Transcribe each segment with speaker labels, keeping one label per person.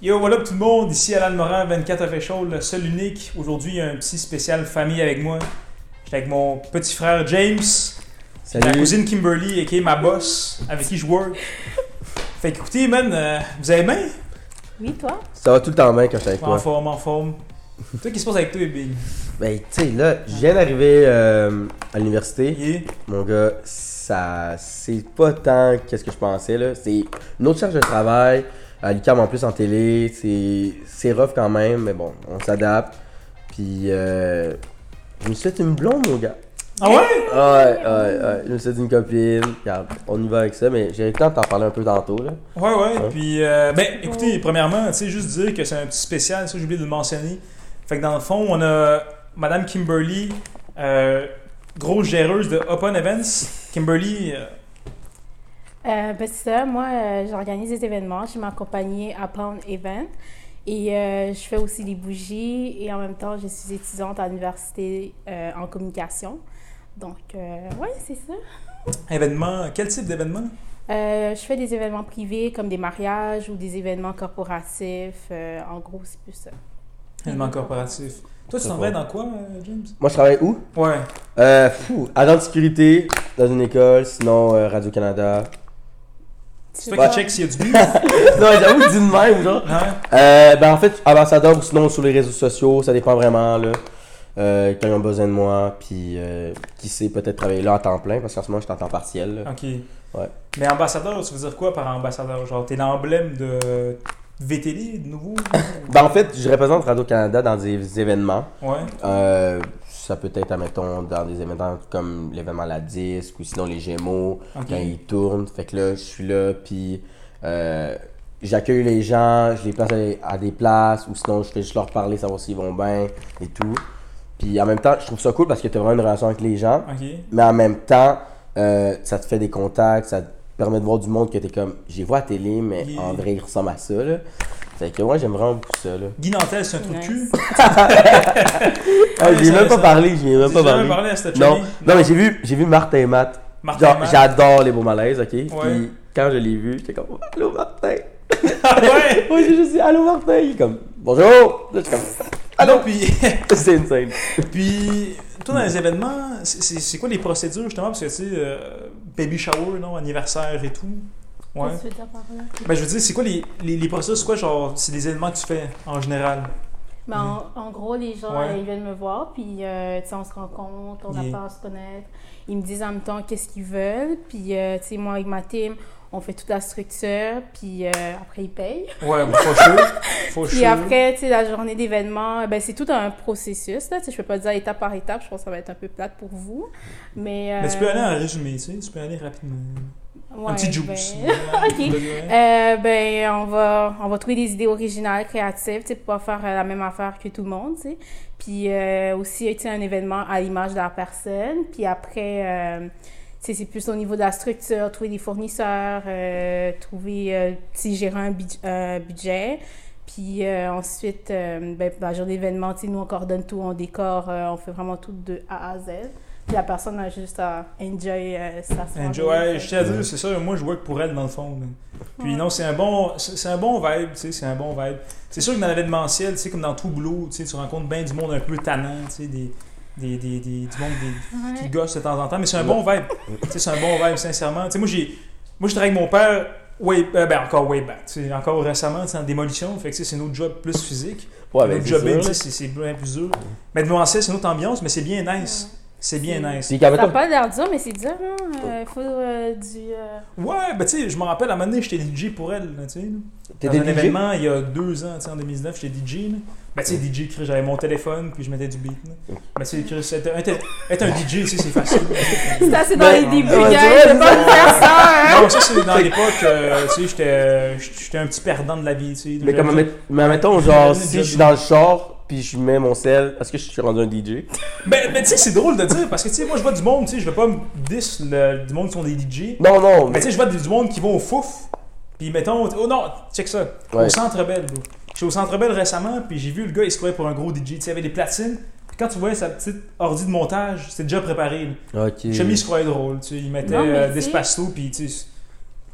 Speaker 1: Yo, voilà tout le monde, ici Alan Morin, 24 Official, le seul unique. Aujourd'hui, il y a un petit spécial famille avec moi. J'étais avec mon petit frère James, ma cousine Kimberly, et qui est ma boss, avec qui je work. Fait que, écoutez, man, euh, vous allez bien?
Speaker 2: Oui, toi?
Speaker 3: Ça va tout le temps bien quand je suis avec
Speaker 1: En
Speaker 3: toi.
Speaker 1: forme, en forme. Toi, qu'est-ce qui se passe avec toi, Big?
Speaker 3: Ben, tu sais, là, je viens d'arriver euh, à l'université.
Speaker 1: Yeah.
Speaker 3: Mon gars, ça, c'est pas tant qu'est-ce que je pensais, là. C'est une autre charge de travail. À l'UQAM, en plus, en télé, c'est, c'est rough quand même, mais bon, on s'adapte. Puis, euh, je me suis fait une blonde, mon gars.
Speaker 1: Ah ouais?
Speaker 3: Ouais, ouais, ouais. Je me suis fait une copine. Regarde, on y va avec ça, mais j'ai le temps de t'en parler un peu tantôt, là.
Speaker 1: Ouais, ouais.
Speaker 3: Ouais.
Speaker 1: Puis, euh, ben, écoutez, premièrement, tu sais, juste dire que c'est un petit spécial, ça, j'ai oublié de le mentionner. Fait que dans le fond, on a Madame Kimberly, euh, grosse géreuse de Open Events. Kimberly, euh,
Speaker 2: Euh, ben c'est ça, moi euh, j'organise des événements, je m'accompagnais à Pound Event et euh, je fais aussi des bougies et en même temps je suis étudiante à l'université euh, en communication. Donc euh, ouais, c'est ça.
Speaker 1: événement, quel type d'événement?
Speaker 2: Euh, je fais des événements privés comme des mariages ou des événements corporatifs. euh, en gros, c'est plus ça.
Speaker 1: Événement corporatif. Toi, tu
Speaker 3: C'est
Speaker 1: t'en
Speaker 3: pas-
Speaker 1: vas dans quoi, euh, James?
Speaker 3: Moi, je travaille où?
Speaker 1: Ouais.
Speaker 3: Euh, fou, agent de sécurité, dans une école, sinon euh, Radio-Canada.
Speaker 1: C'est
Speaker 2: Tu
Speaker 3: Bah,
Speaker 1: toi
Speaker 2: vas-
Speaker 1: qui check s'il y a du but.
Speaker 3: non, j'avoue, dis de même, genre.
Speaker 1: hein?
Speaker 3: Euh, ben en fait, ambassadeur ou sinon sur les réseaux sociaux, ça dépend vraiment, là. Euh, quand ils ont besoin de moi, puis euh, qui sait, peut-être travailler là en temps plein, parce qu'en ce moment, je suis en temps partiel, là.
Speaker 1: Ok.
Speaker 3: Ouais.
Speaker 1: Mais ambassadeur, tu veux dire quoi par ambassadeur? Genre, t'es l'emblème de VTD, de nouveau?
Speaker 3: Ben en fait, je représente Radio-Canada dans des événements.
Speaker 1: Ouais.
Speaker 3: Euh, ça peut être, admettons, dans des événements comme l'événement La Disque ou sinon les Gémeaux.
Speaker 1: Ok.
Speaker 3: quand ils tournent. Fait que là, je suis là, puis euh, j'accueille les gens, je les place à, des- à des places, ou sinon, je fais juste leur parler, savoir s'ils vont bien et tout. Puis en même temps, je trouve ça cool parce que tu as vraiment une relation avec les gens,
Speaker 1: Ok.
Speaker 3: mais en même temps, euh, ça te fait des contacts, ça te permet de voir du monde que tu es comme, j'ai vois à télé, mais
Speaker 1: Yeah.
Speaker 3: en vrai, il ressemble à ça, là. Fait que moi, j'aime vraiment beaucoup ça, là.
Speaker 1: Guy Nantel, c'est un truc
Speaker 2: Nice.
Speaker 1: cul.
Speaker 3: Ah,
Speaker 1: ouais,
Speaker 3: j'ai
Speaker 1: ça-
Speaker 3: même pas
Speaker 1: ça-
Speaker 3: parlé, j'ai même
Speaker 1: J'ai
Speaker 3: pas
Speaker 1: jamais
Speaker 3: parlé.
Speaker 1: parlé à cette
Speaker 3: Non,
Speaker 1: Johnny.
Speaker 3: non, mais j'ai vu, j'ai vu Martin et Matt.
Speaker 1: Martin
Speaker 3: Genre,
Speaker 1: Matt.
Speaker 3: j'adore les beaux malaises, ok?
Speaker 1: Ouais.
Speaker 3: Puis quand je l'ai vu, j'étais comme Oh, Allô Martin!
Speaker 1: Ah ouais!
Speaker 3: Moi j'ai juste dit Allô Martin! Il est comme Bonjour! Là, je suis comme
Speaker 1: Ah non, puis,
Speaker 3: C'est insane!
Speaker 1: puis, toi, dans les événements, c'est- c'est c'est quoi les procédures, justement? Parce que, tu sais, euh, baby shower, non, anniversaire et tout. Ouais.
Speaker 2: Qu'est-ce que tu veux dire par là?
Speaker 1: Ben, je veux dire, c'est quoi les, les, les procédures? C'est quoi, genre, c'est les événements que tu fais, en général?
Speaker 2: Mais en, en gros, les gens,
Speaker 1: Mm. Ouais.
Speaker 2: euh, ils viennent me voir, puis euh, tu sais, on se rencontre, on
Speaker 1: Yeah.
Speaker 2: apprend à se connaître. Ils me disent en même temps qu'est-ce qu'ils veulent, puis euh, tu sais, moi avec ma team, on fait toute la structure, puis euh, après ils payent.
Speaker 1: Ouais, ben, faut chaud. Faut
Speaker 2: Puis
Speaker 1: chaud.
Speaker 2: après, tu sais, la journée d'événement, ben, c'est tout un processus, là, tu sais, je peux pas dire étape par étape, je pense que ça va être un peu plate pour vous, mais...
Speaker 1: Mais tu
Speaker 2: euh,
Speaker 1: peux aller en résumé, tu sais, tu peux aller rapidement.
Speaker 2: ouais,
Speaker 1: un petit juice.
Speaker 2: ben- Euh, ben, on va, on va trouver des idées originales, créatives, tu sais, pour pas faire euh, la même affaire que tout le monde, tu sais. Puis euh, aussi, tu sais, un événement à l'image de la personne. Puis après, euh, tu sais, c'est plus au niveau de la structure, trouver des fournisseurs, euh, trouver, euh, si gérer un bid- un budget. Puis euh, ensuite, euh, ben, pour la journée d'événement, tu sais, nous, on coordonne tout, on décore, euh, on fait vraiment tout de A à Z. Puis la personne a juste à enjoy euh, sa soirée.
Speaker 1: Enjoy. Ouais, je tiens à dire,
Speaker 3: Ouais.
Speaker 1: c'est ça, moi je work pour elle dans le fond. là. Puis
Speaker 2: Ouais.
Speaker 1: non, c'est un bon c'est c'est un bon vibe, tu sais, c'est un bon vibe. C'est sûr que dans l'événementiel, tu sais, comme dans tout boulot, tu sais, tu rencontres bien du monde un peu tannant, tu sais, des, des, des, des- du monde des,
Speaker 2: Ouais.
Speaker 1: qui gosse de temps en temps, mais c'est un bon vibe. Tu sais, c'est un bon vibe, sincèrement. Tu sais, moi, j'ai, moi, je travaille avec mon père, way, euh, ben, encore way back. Tu sais, encore récemment, c'est en démolition, fait que tu sais, c'est notre job plus physique.
Speaker 3: Ouais,
Speaker 1: notre
Speaker 3: ben
Speaker 1: job, tu
Speaker 3: c'est
Speaker 1: sais,
Speaker 3: sûr.
Speaker 1: c'est c'est bien plus dur. Mais devant ça, c'est une autre ambiance, mais c'est bien nice. C'est bien nice.
Speaker 3: C'est qu'à
Speaker 2: Ça n'a
Speaker 3: mettons,
Speaker 2: pas l'air dur, mais c'est dur, hein? Euh, faut euh, du... euh,
Speaker 1: Ouais, ben tu sais, je me rappelle, à un moment donné, j'étais DJ pour elle, là, tu sais. là.
Speaker 3: t'es
Speaker 1: Dans un
Speaker 3: des DJ?
Speaker 1: événement, il y a deux ans, tu sais, en 2019, j'étais DJ. Là. Ben, tu sais, DJ, Chris, j'avais mon téléphone, puis je mettais du beat. Là. Ben, tu sais, Chris, être un, être- être un DJ, tu sais, c'est facile.
Speaker 2: Ça, c'est dans
Speaker 3: Ben,
Speaker 2: les débuts,
Speaker 3: ouais,
Speaker 2: gars,
Speaker 3: c'est vrai,
Speaker 2: il faut pas faire ça, hein?
Speaker 1: Non, ça, c'est dans l'époque, euh, tu sais, j'étais j'étais un petit perdant de la vie, tu sais.
Speaker 3: Mais comme,
Speaker 1: J'avais-
Speaker 3: admet- mais mettons, genre,
Speaker 1: J'avais
Speaker 3: si
Speaker 1: une
Speaker 3: je suis dans le char, puis je mets mon sel, est-ce que je suis rendu un DJ?
Speaker 1: Ben, ben, tu sais, c'est drôle de dire, parce que, tu sais, moi, je vois du monde, tu sais, je veux pas me diss le, du monde qui sont des DJ.
Speaker 3: Non, non,
Speaker 1: Mais
Speaker 3: mais.
Speaker 1: tu sais, je vois du monde qui vont au fouf. Puis mettons, oh non, check ça. Au
Speaker 3: Ouais.
Speaker 1: Centre Bell, bro. J'étais au Centre Bell récemment, puis j'ai vu le gars, il se croyait pour un gros DJ. Tu sais, il avait des platines. Puis quand tu voyais sa petite ordi de montage, c'était déjà préparé. là.
Speaker 3: Ok.
Speaker 1: Le Chemise, il se croyait drôle. Tu sais, il mettait
Speaker 2: Non, mais
Speaker 1: euh,
Speaker 2: tu sais-
Speaker 1: Despacio, puis tu sais.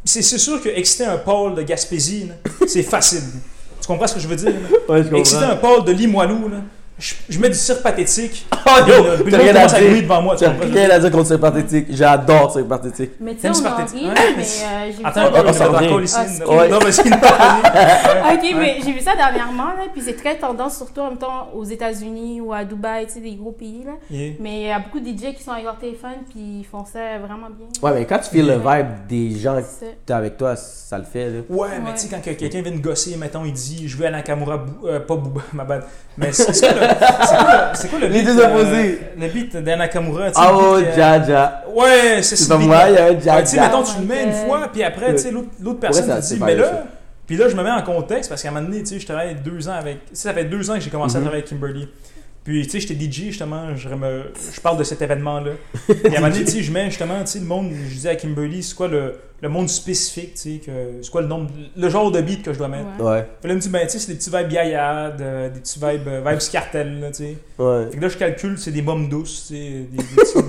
Speaker 1: C'est c'est sûr que exciter un Paul de Gaspésie, là, c'est facile. Tu Tu comprends ce que je veux dire? là?
Speaker 3: Ouais, je
Speaker 1: Mais si t'es
Speaker 3: comprends.
Speaker 1: un Paul de Limoilou, là, je, je mets du cirque pathétique.
Speaker 3: Oh
Speaker 1: Il y a une-
Speaker 3: yo,
Speaker 1: une autre
Speaker 3: t'as rien à
Speaker 1: commence à griller
Speaker 3: dire.
Speaker 1: devant moi, tu
Speaker 3: T'as
Speaker 1: comprends?
Speaker 3: rien à dire contre Cirque Parthétique. J'adore Cirque Parthétique.
Speaker 2: Mais tu sais,
Speaker 1: Thème
Speaker 2: on en
Speaker 1: parti-
Speaker 2: rit,
Speaker 1: Ouais,
Speaker 2: mais euh, j'ai vu
Speaker 1: Attends,
Speaker 2: ça.
Speaker 1: un peu,
Speaker 3: on
Speaker 1: on est
Speaker 3: s'en
Speaker 1: dans
Speaker 3: Ah, revient.
Speaker 1: la ici.
Speaker 2: Ah,
Speaker 1: non?
Speaker 3: excuse.
Speaker 1: Non, mais c'est une Ouais.
Speaker 2: Ok, mais j'ai vu ça dernièrement, là, puis c'est très tendance, surtout en même temps aux États-Unis ou à Dubaï, tu sais, des gros pays, là.
Speaker 1: Yeah.
Speaker 2: Mais il y a beaucoup de DJ qui sont avec leur téléphone, puis ils font ça vraiment bien.
Speaker 3: Ouais, mais quand tu fais le vibe des gens que
Speaker 2: C'est-
Speaker 3: t'es avec toi, ça le fait, là.
Speaker 1: Ouais, mais
Speaker 2: Ouais.
Speaker 1: tu sais, quand que quelqu'un vient de gosser, mettons, il dit Je veux à Nakamura, Bou- euh, pas Booba, ma bad. Mais c'est c'est quoi le- c'est quoi le- c'est quoi le
Speaker 3: Les
Speaker 1: beat
Speaker 3: deux
Speaker 1: euh,
Speaker 3: opposés.
Speaker 1: Le beat d'Anakamura, tu sais.
Speaker 3: Ah,
Speaker 1: le
Speaker 3: oh,
Speaker 1: beat, euh,
Speaker 3: Jaja.
Speaker 1: Ouais, c'est
Speaker 3: C'est
Speaker 1: ça.
Speaker 3: pas moi, il y a un
Speaker 1: Ouais, Ah, tu sais,
Speaker 3: Jaja.
Speaker 1: mettons, tu le mets une
Speaker 2: Oh my
Speaker 1: fois,
Speaker 2: God.
Speaker 1: puis après, tu sais, l'autre l'autre
Speaker 3: vrai,
Speaker 1: personne
Speaker 3: ça,
Speaker 1: te
Speaker 3: c'est
Speaker 1: dit, mais
Speaker 3: pareil,
Speaker 1: là,
Speaker 3: ça.
Speaker 1: puis là, je me mets en contexte parce qu'à un moment donné, tu sais, je travaille deux ans avec. Tu sais, ça fait deux ans que j'ai commencé à
Speaker 3: Mhm.
Speaker 1: travailler avec Kimberly. Puis, tu sais, j'étais DJ, justement, je, me... je parle de cet événement-là. Et à un moment donné, tu sais, je mets justement, tu sais, le monde, je disais à Kimberly, c'est quoi le, le monde spécifique, tu sais, que... c'est quoi le nombre, le genre de beat que je dois mettre.
Speaker 2: Ouais.
Speaker 3: Ouais,
Speaker 1: Puis là, elle me dit, ben, tu sais, c'est des petits vibes yaya, de- des petits vibes, euh, vibes cartel, là, tu sais.
Speaker 3: ouais.
Speaker 1: Fait que là, je calcule, c'est des bombes douces, tu sais, des, des, petits- des,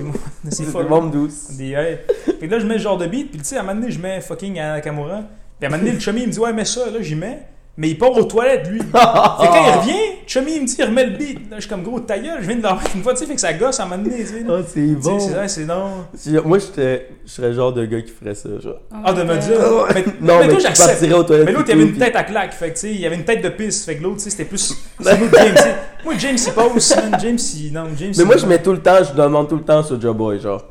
Speaker 1: des-
Speaker 3: C'est
Speaker 1: folles.
Speaker 3: une bombe douce.
Speaker 1: Des hey. Fait que là, je mets ce genre de beat, puis tu sais, à un moment donné, je mets fucking à Nakamura. Puis à un moment donné, le chummy, il me dit, ouais, mets ça, là, j'y mets. Mais il part aux toilettes, lui. Fait que quand il revient, le chummy, il me dit, il remet le beat. Là, je suis comme, gros, ta gueule, je viens de l'envoyer une fois, tu sais, fait que ça gosse à un moment donné, tu sais. là.
Speaker 3: Oh, c'est
Speaker 1: Tu sais,
Speaker 3: bon.
Speaker 1: Ah, c'est vrai, c'est non.
Speaker 3: Si- Moi, j'étais- je serais le genre de gars qui ferait ça, genre.
Speaker 1: Ah, de me dire. Mais, mais,
Speaker 3: Non, mais
Speaker 1: toi,
Speaker 3: tu
Speaker 1: j'accepte.
Speaker 3: partirais aux toilettes.
Speaker 1: Mais l'autre, il
Speaker 3: et
Speaker 1: avait
Speaker 3: tout,
Speaker 1: une
Speaker 3: puis-
Speaker 1: tête à claque. Fait que, tu sais, il avait une tête de pisse. Fait que l'autre, tu sais, c'était plus. C'est nous, James. tu sais. Moi, James, il pose. man. James, il. Non, James.
Speaker 3: Mais
Speaker 1: il-
Speaker 3: moi, je mets tout le temps, je demande tout le temps sur Joe Boy, genre.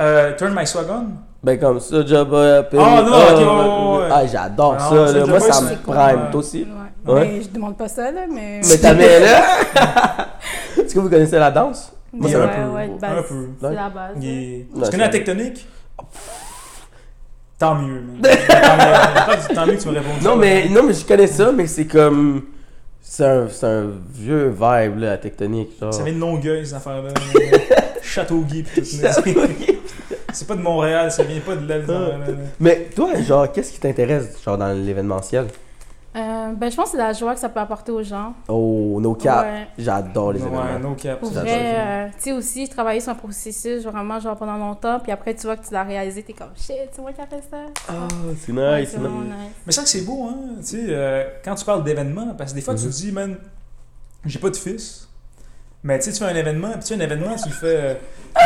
Speaker 1: Euh, turn my swag on.
Speaker 3: Ben comme ça, Joe Boy, appelle-
Speaker 1: Ah, non,
Speaker 3: Ah,
Speaker 1: ok, ouais, ouais, ouais.
Speaker 3: Ah, j'adore
Speaker 1: Ah,
Speaker 3: ça,
Speaker 1: ça,
Speaker 3: là.
Speaker 1: Joe
Speaker 3: Moi,
Speaker 1: Boy,
Speaker 3: ça
Speaker 1: c'est
Speaker 3: me
Speaker 1: cool,
Speaker 3: prime.
Speaker 1: ouais.
Speaker 3: Toi aussi.
Speaker 2: Ouais.
Speaker 3: Ouais.
Speaker 2: Mais je demande pas ça, là, mais.
Speaker 3: Mais ta mère, là. Est-ce que vous connaissez la danse? Moi,
Speaker 1: c'est un
Speaker 2: Ouais,
Speaker 3: peu-
Speaker 2: ouais, de
Speaker 1: Un
Speaker 2: base.
Speaker 1: peu.
Speaker 2: C'est la base.
Speaker 1: Il
Speaker 2: ouais.
Speaker 1: est-
Speaker 3: Ouais,
Speaker 1: tu connais la
Speaker 3: c'est-
Speaker 1: tectonique Tant mieux, man. Tant mieux. Tant mieux que tu me réponds.
Speaker 3: Non, mais, non, mais je connais ça, mais c'est comme. C'est un, c'est un vieux vibe, là, la tectonique. Genre.
Speaker 1: Ça vient de Longueuil, cette affaire-là. Châteauguay, pis tout. C'est pas de Montréal, ça vient pas de
Speaker 3: Ah,
Speaker 1: là, cette affaire-là.
Speaker 3: mais toi, genre, qu'est-ce qui t'intéresse, genre, dans l'événementiel?
Speaker 2: Euh, ben, je pense que c'est la joie que ça peut apporter aux gens.
Speaker 3: Oh, no cap.
Speaker 2: Ouais.
Speaker 3: J'adore les
Speaker 1: Ouais,
Speaker 3: événements.
Speaker 1: no cap.
Speaker 2: Pour
Speaker 3: Ça,
Speaker 2: vrai,
Speaker 3: ça,
Speaker 2: euh, tu sais aussi, je travaillais sur un processus vraiment genre pendant longtemps, puis après tu vois que tu l'as réalisé, t'es comme shit, c'est moi qui a fait ça.
Speaker 3: Ah, c'est
Speaker 2: Ouais,
Speaker 3: nice.
Speaker 2: c'est
Speaker 3: c'est nice.
Speaker 2: vraiment nice.
Speaker 1: Mais ça que c'est beau, hein, tu sais, euh, quand tu parles d'événements, parce que des fois tu
Speaker 3: Mhm.
Speaker 1: te dis, man, j'ai pas de fils, mais tu sais, tu fais un événement, puis tu fais un événement qui fait. euh,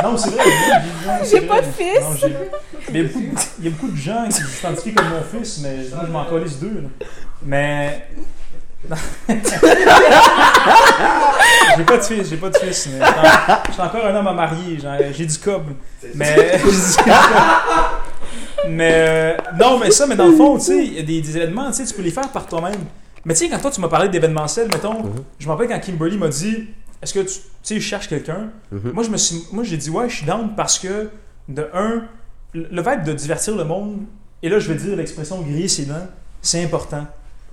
Speaker 1: Non, c'est vrai, j'ai-
Speaker 2: J'ai
Speaker 1: c'est
Speaker 2: pas
Speaker 1: vrai.
Speaker 2: de fils.
Speaker 1: Non, j'ai- mais il y a beaucoup de- il y, a beaucoup de gens qui s'identifient comme mon fils, mais moi je m'en colise deux, là. Mais. Non. j'ai pas de fils, j'ai pas de fils, mais je suis encore un homme à marier, genre, j'ai du cob. Mais. mais. euh, non, mais ça, mais dans le fond, tu sais, il y a des, des événements, tu sais, tu peux les faire par toi-même. Mais tu sais, quand toi, tu m'as parlé d'événementiel, mettons,
Speaker 3: Mhm.
Speaker 1: je me rappelle quand Kimberly m'a dit Est-ce que tu, tu sais, je cherche quelqu'un
Speaker 3: Mhm.
Speaker 1: Moi, je me suis, moi, j'ai dit Ouais, je suis down parce que, de un, le le vibe de divertir le monde, et là, je vais dire l'expression griller ses dents, c'est important.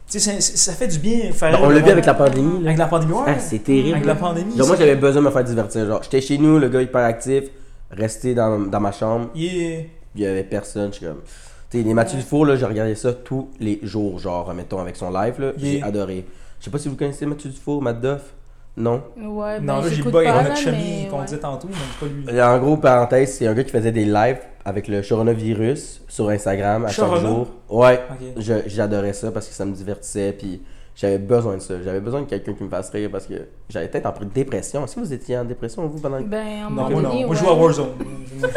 Speaker 1: Tu sais, c'est- c'est- ça fait du bien faire. rire
Speaker 3: Ben, On le vit
Speaker 1: monde.
Speaker 3: avec la pandémie, là.
Speaker 1: Avec la pandémie, ouais.
Speaker 3: Ah, c'est terrible.
Speaker 1: avec la pandémie.
Speaker 3: Genre, moi,
Speaker 1: ça-
Speaker 3: j'avais besoin de me faire divertir. Genre, j'étais chez nous, le gars hyper actif, resté dans, dans ma chambre,
Speaker 1: Yeah.
Speaker 3: il y avait personne. Je suis comme. Tu sais, les Mathieu Dufour, là, j'ai regardé ça tous les jours, genre, mettons, avec son live, là. J'ai
Speaker 1: Yeah.
Speaker 3: adoré. Je sais pas si vous connaissez Mathieu Dufour, Matt Duff. Non.
Speaker 2: Ouais, ben,
Speaker 1: Non, là, j'ai
Speaker 2: j'écoute
Speaker 1: bug
Speaker 2: pas,
Speaker 1: avec
Speaker 2: là,
Speaker 1: notre chemise
Speaker 2: mais
Speaker 1: qu'on
Speaker 2: ouais.
Speaker 1: disait tantôt, mais c'est pas lui.
Speaker 3: Et En gros, parenthèse, c'est un gars qui faisait des lives avec le coronavirus sur Instagram à chaque
Speaker 1: Corona?
Speaker 3: jour. Ouais.
Speaker 1: Ok.
Speaker 3: Je- J'adorais ça parce que ça me divertissait, puis j'avais besoin de ça. J'avais besoin de quelqu'un qui me fasse rire parce que j'avais peut-être en dépression. Est-ce que vous étiez en dépression, vous, pendant
Speaker 2: Ben, à
Speaker 1: Non,
Speaker 2: un moment
Speaker 1: moi
Speaker 2: donné,
Speaker 1: non. Moi, je
Speaker 2: ouais.
Speaker 1: joue à Warzone. Moi,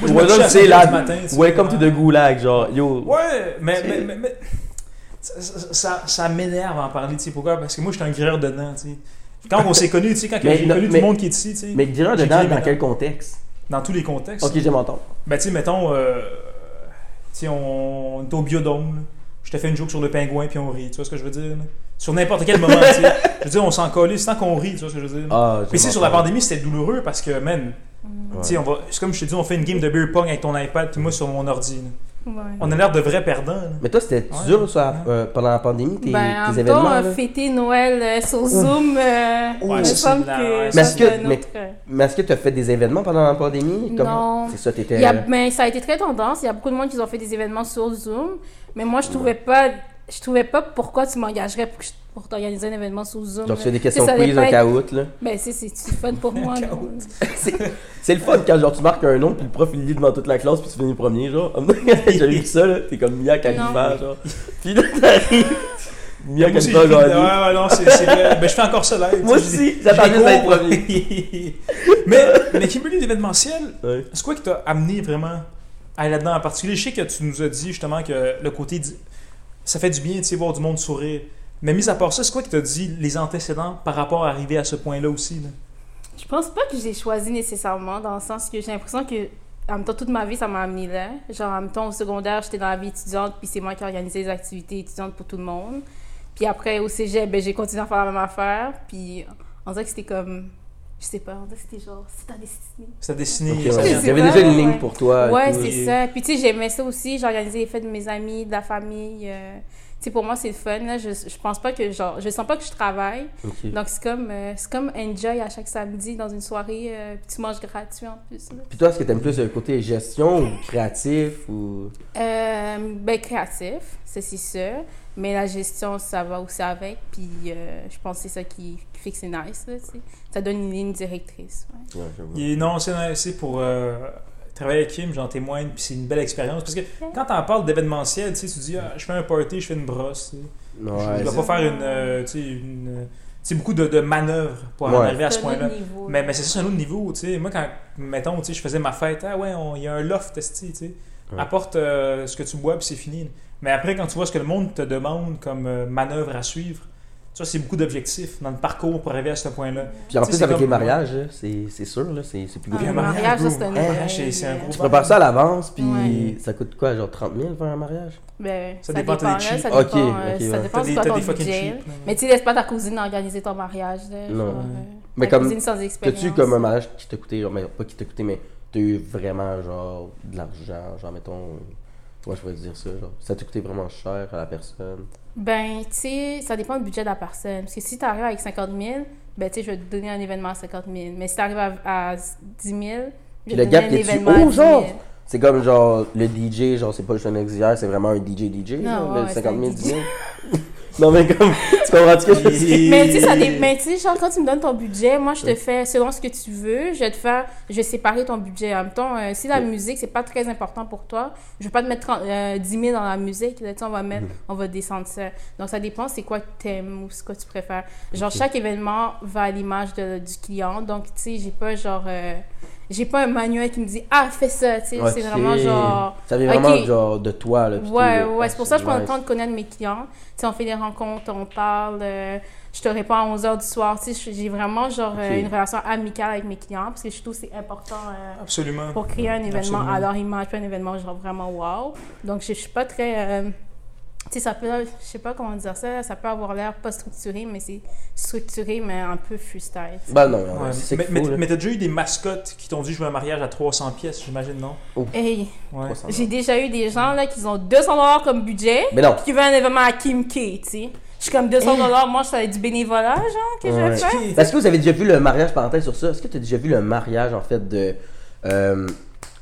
Speaker 1: je me
Speaker 3: Warzone,
Speaker 1: couche à
Speaker 3: c'est
Speaker 1: 5
Speaker 3: la-
Speaker 1: du matin, tu sais.
Speaker 3: Welcome to the Goulag, genre, yo.
Speaker 1: Ouais, mais,
Speaker 3: C'est-
Speaker 1: mais, mais, mais- ça, ça- ça- ça m'énerve à en parler, tu sais, pourquoi? Parce que moi, j'étais un grilleur dedans, tu sais. Quand on s'est connus, tu sais, quand
Speaker 3: Mais
Speaker 1: j'ai
Speaker 3: non,
Speaker 1: connu tout
Speaker 3: mais-
Speaker 1: le monde qui est ici, tu sais,
Speaker 3: Mais dis-le
Speaker 1: J'ai
Speaker 3: dedans,
Speaker 1: crié
Speaker 3: dans
Speaker 1: maintenant.
Speaker 3: quel contexte
Speaker 1: dans tous les contextes.
Speaker 3: Ok, je m'entends.
Speaker 1: Ben, tu sais, mettons, euh, tu sais, on, on est au biodôme, là. je te fais une joke sur le pingouin, puis on rit, tu vois ce que je veux dire? là? Sur n'importe quel moment, tu sais. Je veux dire, on s'en collait, tant qu'on rit, tu vois ce que je veux dire?
Speaker 3: Ah,
Speaker 1: Mais tu sais, sur la pandémie, c'était douloureux parce que, man,
Speaker 2: Mm.
Speaker 1: tu sais, on va, c'est comme je te dis, on fait une game de beer pong avec ton iPad, puis moi sur mon ordi. là.
Speaker 2: Ouais.
Speaker 1: On a l'air de vrais perdants. là.
Speaker 3: Mais toi, c'était
Speaker 1: Ouais.
Speaker 3: dur sur la- euh, pendant la pandémie, tes,
Speaker 2: Ben, en
Speaker 3: tes
Speaker 2: même
Speaker 3: événements
Speaker 2: temps, euh,
Speaker 3: là?
Speaker 2: fêter Noël euh, sur Zoom, euh, il
Speaker 1: Ouais,
Speaker 2: me
Speaker 1: ça, c'est
Speaker 2: semble
Speaker 1: de la-
Speaker 2: que.
Speaker 1: ouais,
Speaker 2: ça,
Speaker 3: ça, c'est-
Speaker 2: c'est un
Speaker 3: Mais-
Speaker 2: autre, euh,
Speaker 3: Mais est-ce que tu as fait des événements pendant la pandémie
Speaker 2: Non.
Speaker 3: C'est ça, t'étais.
Speaker 2: Il y a- ben, ça a été très tendance. Il y a beaucoup de monde qui ont fait des événements sur Zoom. Mais moi, je trouvais pas. je trouvais pas pourquoi tu m'engagerais pour, que je- pour t'organiser un événement sous Zoom.
Speaker 3: Donc,
Speaker 2: là.
Speaker 3: tu fais des
Speaker 2: Tu sais,
Speaker 3: questions
Speaker 2: ça
Speaker 3: quiz,
Speaker 2: dépend-
Speaker 3: un caout, là.
Speaker 2: Ben, c'est c'est c'est fun pour moi. là.
Speaker 1: Chaos.
Speaker 3: C'est le fun quand genre tu marques un nom puis le prof il lit devant toute la classe puis tu finis premier genre. J'avais vu ça là, t'es comme Mia Khalifa genre. Puis là t'arrives. Mia
Speaker 1: Moi aussi,
Speaker 3: Khalifa
Speaker 1: j'ai fait-
Speaker 3: gagné.
Speaker 1: Ouais, ouais, non, c'est c'est vrai. Ben, je fais encore ça live.
Speaker 3: Moi
Speaker 1: tu sais,
Speaker 3: aussi,
Speaker 1: j'ai-
Speaker 3: j'attends
Speaker 1: j'ai
Speaker 3: juste d'être
Speaker 1: cours.
Speaker 3: premier.
Speaker 1: mais, mais Kimberly, l'événementiel,
Speaker 3: Ouais.
Speaker 1: c'est quoi qui t'a amené vraiment à aller là-dedans en particulier? Je sais que tu nous as dit justement que le côté. di- Ça fait du bien, tu sais, voir du monde sourire. Mais mis à part ça, c'est quoi qui t'a dit les antécédents par rapport à arriver à ce point-là aussi? là?
Speaker 2: Je pense pas que j'ai choisi nécessairement, dans le sens que j'ai l'impression que, en même temps, toute ma vie, ça m'a amené là. Genre, en même temps, au secondaire, j'étais dans la vie étudiante, puis c'est moi qui organisais les activités étudiantes pour tout le monde. Puis après, au cégep, ben, j'ai continué à faire la même affaire, puis on dirait que c'était comme. Je sais pas, on dirait que c'était genre, c'est ta destinée.
Speaker 1: Ça dessiné.
Speaker 3: Ok,
Speaker 1: ça
Speaker 3: ouais.
Speaker 2: sais
Speaker 1: vient-
Speaker 3: Il y avait
Speaker 2: pas,
Speaker 3: déjà une
Speaker 2: ouais.
Speaker 3: ligne pour toi. et
Speaker 2: Ouais,
Speaker 3: tout.
Speaker 2: c'est ça. Puis tu sais, j'aimais ça aussi. J'organisais les fêtes de mes amis, de la famille. euh, Tu sais, pour moi, c'est le fun. Là. Je, je pense pas que, genre, je sens pas que je travaille.
Speaker 3: Ok.
Speaker 2: Donc, c'est comme, euh, c'est comme enjoy à chaque samedi dans une soirée. euh, puis tu manges gratuit en plus. là.
Speaker 3: Puis toi est-ce que t'aimes plus le côté gestion ou créatif ou.
Speaker 2: Euh, ben, créatif, ça, c'est sûr. Mais la gestion, ça va aussi avec. Puis euh, je pense que c'est ça qui, qui fait que c'est nice. Là, tu sais. ça donne une ligne directrice. ouais.
Speaker 3: Ouais, je vois.
Speaker 1: Et non, c'est nice, c'est pour euh, travailler avec Kim, j'en témoigne, puis c'est une belle expérience. Parce que quand t'en parles d'événementiel, tu sais, tu dis, Ah, je fais un party, je fais une brosse. tu sais. je
Speaker 3: Ouais,
Speaker 1: dois
Speaker 3: c'est-
Speaker 1: pas faire une. euh, tu sais, une, euh, tu sais, beaucoup de, de manœuvres pour en
Speaker 3: Ouais.
Speaker 1: arriver à ce
Speaker 2: C'est un
Speaker 1: point-là.
Speaker 2: autre niveau,
Speaker 1: Mais,
Speaker 2: là.
Speaker 1: mais c'est ça, c'est un autre niveau. tu sais. Moi, quand, mettons, tu sais, je faisais ma fête, ah ouais, on- il y a un loft, esti, tu sais.
Speaker 3: Ouais.
Speaker 1: Apporte euh, ce que tu bois, puis c'est fini. Mais après, quand tu vois ce que le monde te demande comme euh, manœuvre à suivre, tu vois, c'est beaucoup d'objectifs dans le parcours pour arriver à ce point-là.
Speaker 3: Puis en
Speaker 1: Tu sais,
Speaker 3: plus
Speaker 1: c'est
Speaker 3: avec les
Speaker 1: comme-
Speaker 3: mariages, là, c'est c'est sûr là, c'est c'est plus
Speaker 2: Ah,
Speaker 1: Puis
Speaker 3: gros.
Speaker 1: un
Speaker 2: le mariage,
Speaker 1: bro.
Speaker 2: ça, c'est un
Speaker 1: Hey,
Speaker 2: vrai,
Speaker 1: Ah, c'est- c'est un gros
Speaker 3: Tu prépares ça à l'avance puis
Speaker 2: Ouais.
Speaker 3: ça coûte quoi genre 30 000 faire un mariage?
Speaker 2: Ben,
Speaker 1: Ça dépend, t'as
Speaker 2: là,
Speaker 1: des
Speaker 2: ça
Speaker 1: cheap.
Speaker 2: dépend,
Speaker 3: Ok,
Speaker 2: euh,
Speaker 3: ok,
Speaker 2: ça
Speaker 3: ouais.
Speaker 2: dépend
Speaker 1: T'as
Speaker 2: de
Speaker 1: des,
Speaker 2: quoi
Speaker 1: t'as
Speaker 2: ton
Speaker 1: des fucking
Speaker 2: budget,
Speaker 1: cheap. là.
Speaker 2: Mais tu laisses pas ta cousine organiser ton mariage. Là,
Speaker 3: Non.
Speaker 2: genre,
Speaker 1: Ouais.
Speaker 2: euh,
Speaker 3: Mais
Speaker 2: ta
Speaker 3: comme-
Speaker 2: cousine sans expérience.
Speaker 3: T'as-tu comme un mariage qui t'a coûté, genre, ben, pas qui t'a coûté, mais t'as eu vraiment, genre, de l'argent, genre, mettons, moi je pourrais dire ça, genre, ça t'a coûté vraiment cher à la personne.
Speaker 2: Ben, tu sais, ça dépend du budget de la personne. Parce que si tu arrives avec 50 000, ben, tu sais, je vais te donner un événement à 50 000. Mais si tu arrives à, à 10 000, je
Speaker 3: Puis le
Speaker 2: vais te
Speaker 3: gap
Speaker 2: donner un
Speaker 3: est-tu
Speaker 2: événement à
Speaker 3: haut,
Speaker 2: 10 000.
Speaker 3: genre? C'est comme, genre, le DJ, genre, c'est pas juste un auxiliaire, c'est vraiment un DJ DJ,
Speaker 2: Non,
Speaker 3: genre,
Speaker 2: ouais,
Speaker 3: le
Speaker 2: ouais,
Speaker 3: 50 000,
Speaker 2: c'est
Speaker 3: 10 000. non, mais comme, tu comprends ce que je veux dire?
Speaker 2: Mais tu sais, ça dé- mais tu sais, genre, quand tu me donnes ton budget, moi, je te fais, selon ce que tu veux, je vais te faire, je vais séparer ton budget. En même temps, euh, si la
Speaker 3: Ouais.
Speaker 2: musique, c'est pas très important pour toi, je vais pas te mettre 30 euh, 10 000 dans la musique. Là, tu sais, on va mettre, on va descendre ça. Donc, ça dépend, c'est quoi que t'aimes ou c'est quoi que tu préfères. Genre, chaque événement va à l'image de- du client. Donc, tu sais, j'ai pas genre, euh, j'ai pas un manuel qui me dit, ah, fais ça. Tu sais,
Speaker 3: Ok.
Speaker 2: c'est vraiment genre.
Speaker 3: Ça vient vraiment,
Speaker 2: ok.
Speaker 3: genre, de toi, là. puis
Speaker 2: Ouais,
Speaker 3: tout, euh, là.
Speaker 2: ouais, c'est pour ça que je prends le
Speaker 3: Nice.
Speaker 2: temps de connaître mes clients. Tu sais, on fait des rencontres, on parle, euh, je te réponds à 11h du soir. Tu sais, j'ai vraiment genre euh,
Speaker 3: Ok.
Speaker 2: une relation amicale avec mes clients parce que je trouve que c'est important euh,
Speaker 1: Absolument.
Speaker 2: pour créer un événement
Speaker 1: Absolument.
Speaker 2: à leur image, puis un événement genre vraiment wow. Donc, je, je suis pas très... euh, tu sais, ça peut, je sais pas comment dire ça, ça peut avoir l'air pas structuré, mais c'est structuré, mais un peu freestyle. tu sais.
Speaker 3: Bah non,
Speaker 1: Ouais.
Speaker 3: ouais, c'est
Speaker 1: Mais,
Speaker 3: qu'il
Speaker 1: mais-
Speaker 3: faut, là.
Speaker 1: mais t'as déjà eu des mascottes qui t'ont dit je veux un mariage à 300 pièces, j'imagine, non?
Speaker 2: Hey,
Speaker 1: Ouais.
Speaker 3: 300.
Speaker 2: j'ai déjà eu des gens là qui ont 200 dollars comme budget,
Speaker 3: Mais non.
Speaker 2: qui veut un événement à Kim K, tu sais. Je suis comme 200 dollars, moi, ça va être du bénévolat, genre, que je
Speaker 3: Ouais.
Speaker 2: vais faire.
Speaker 3: Est-ce que vous avez déjà vu le mariage, parenthèse sur ça, est-ce que tu as déjà vu le mariage, en fait, de, euh,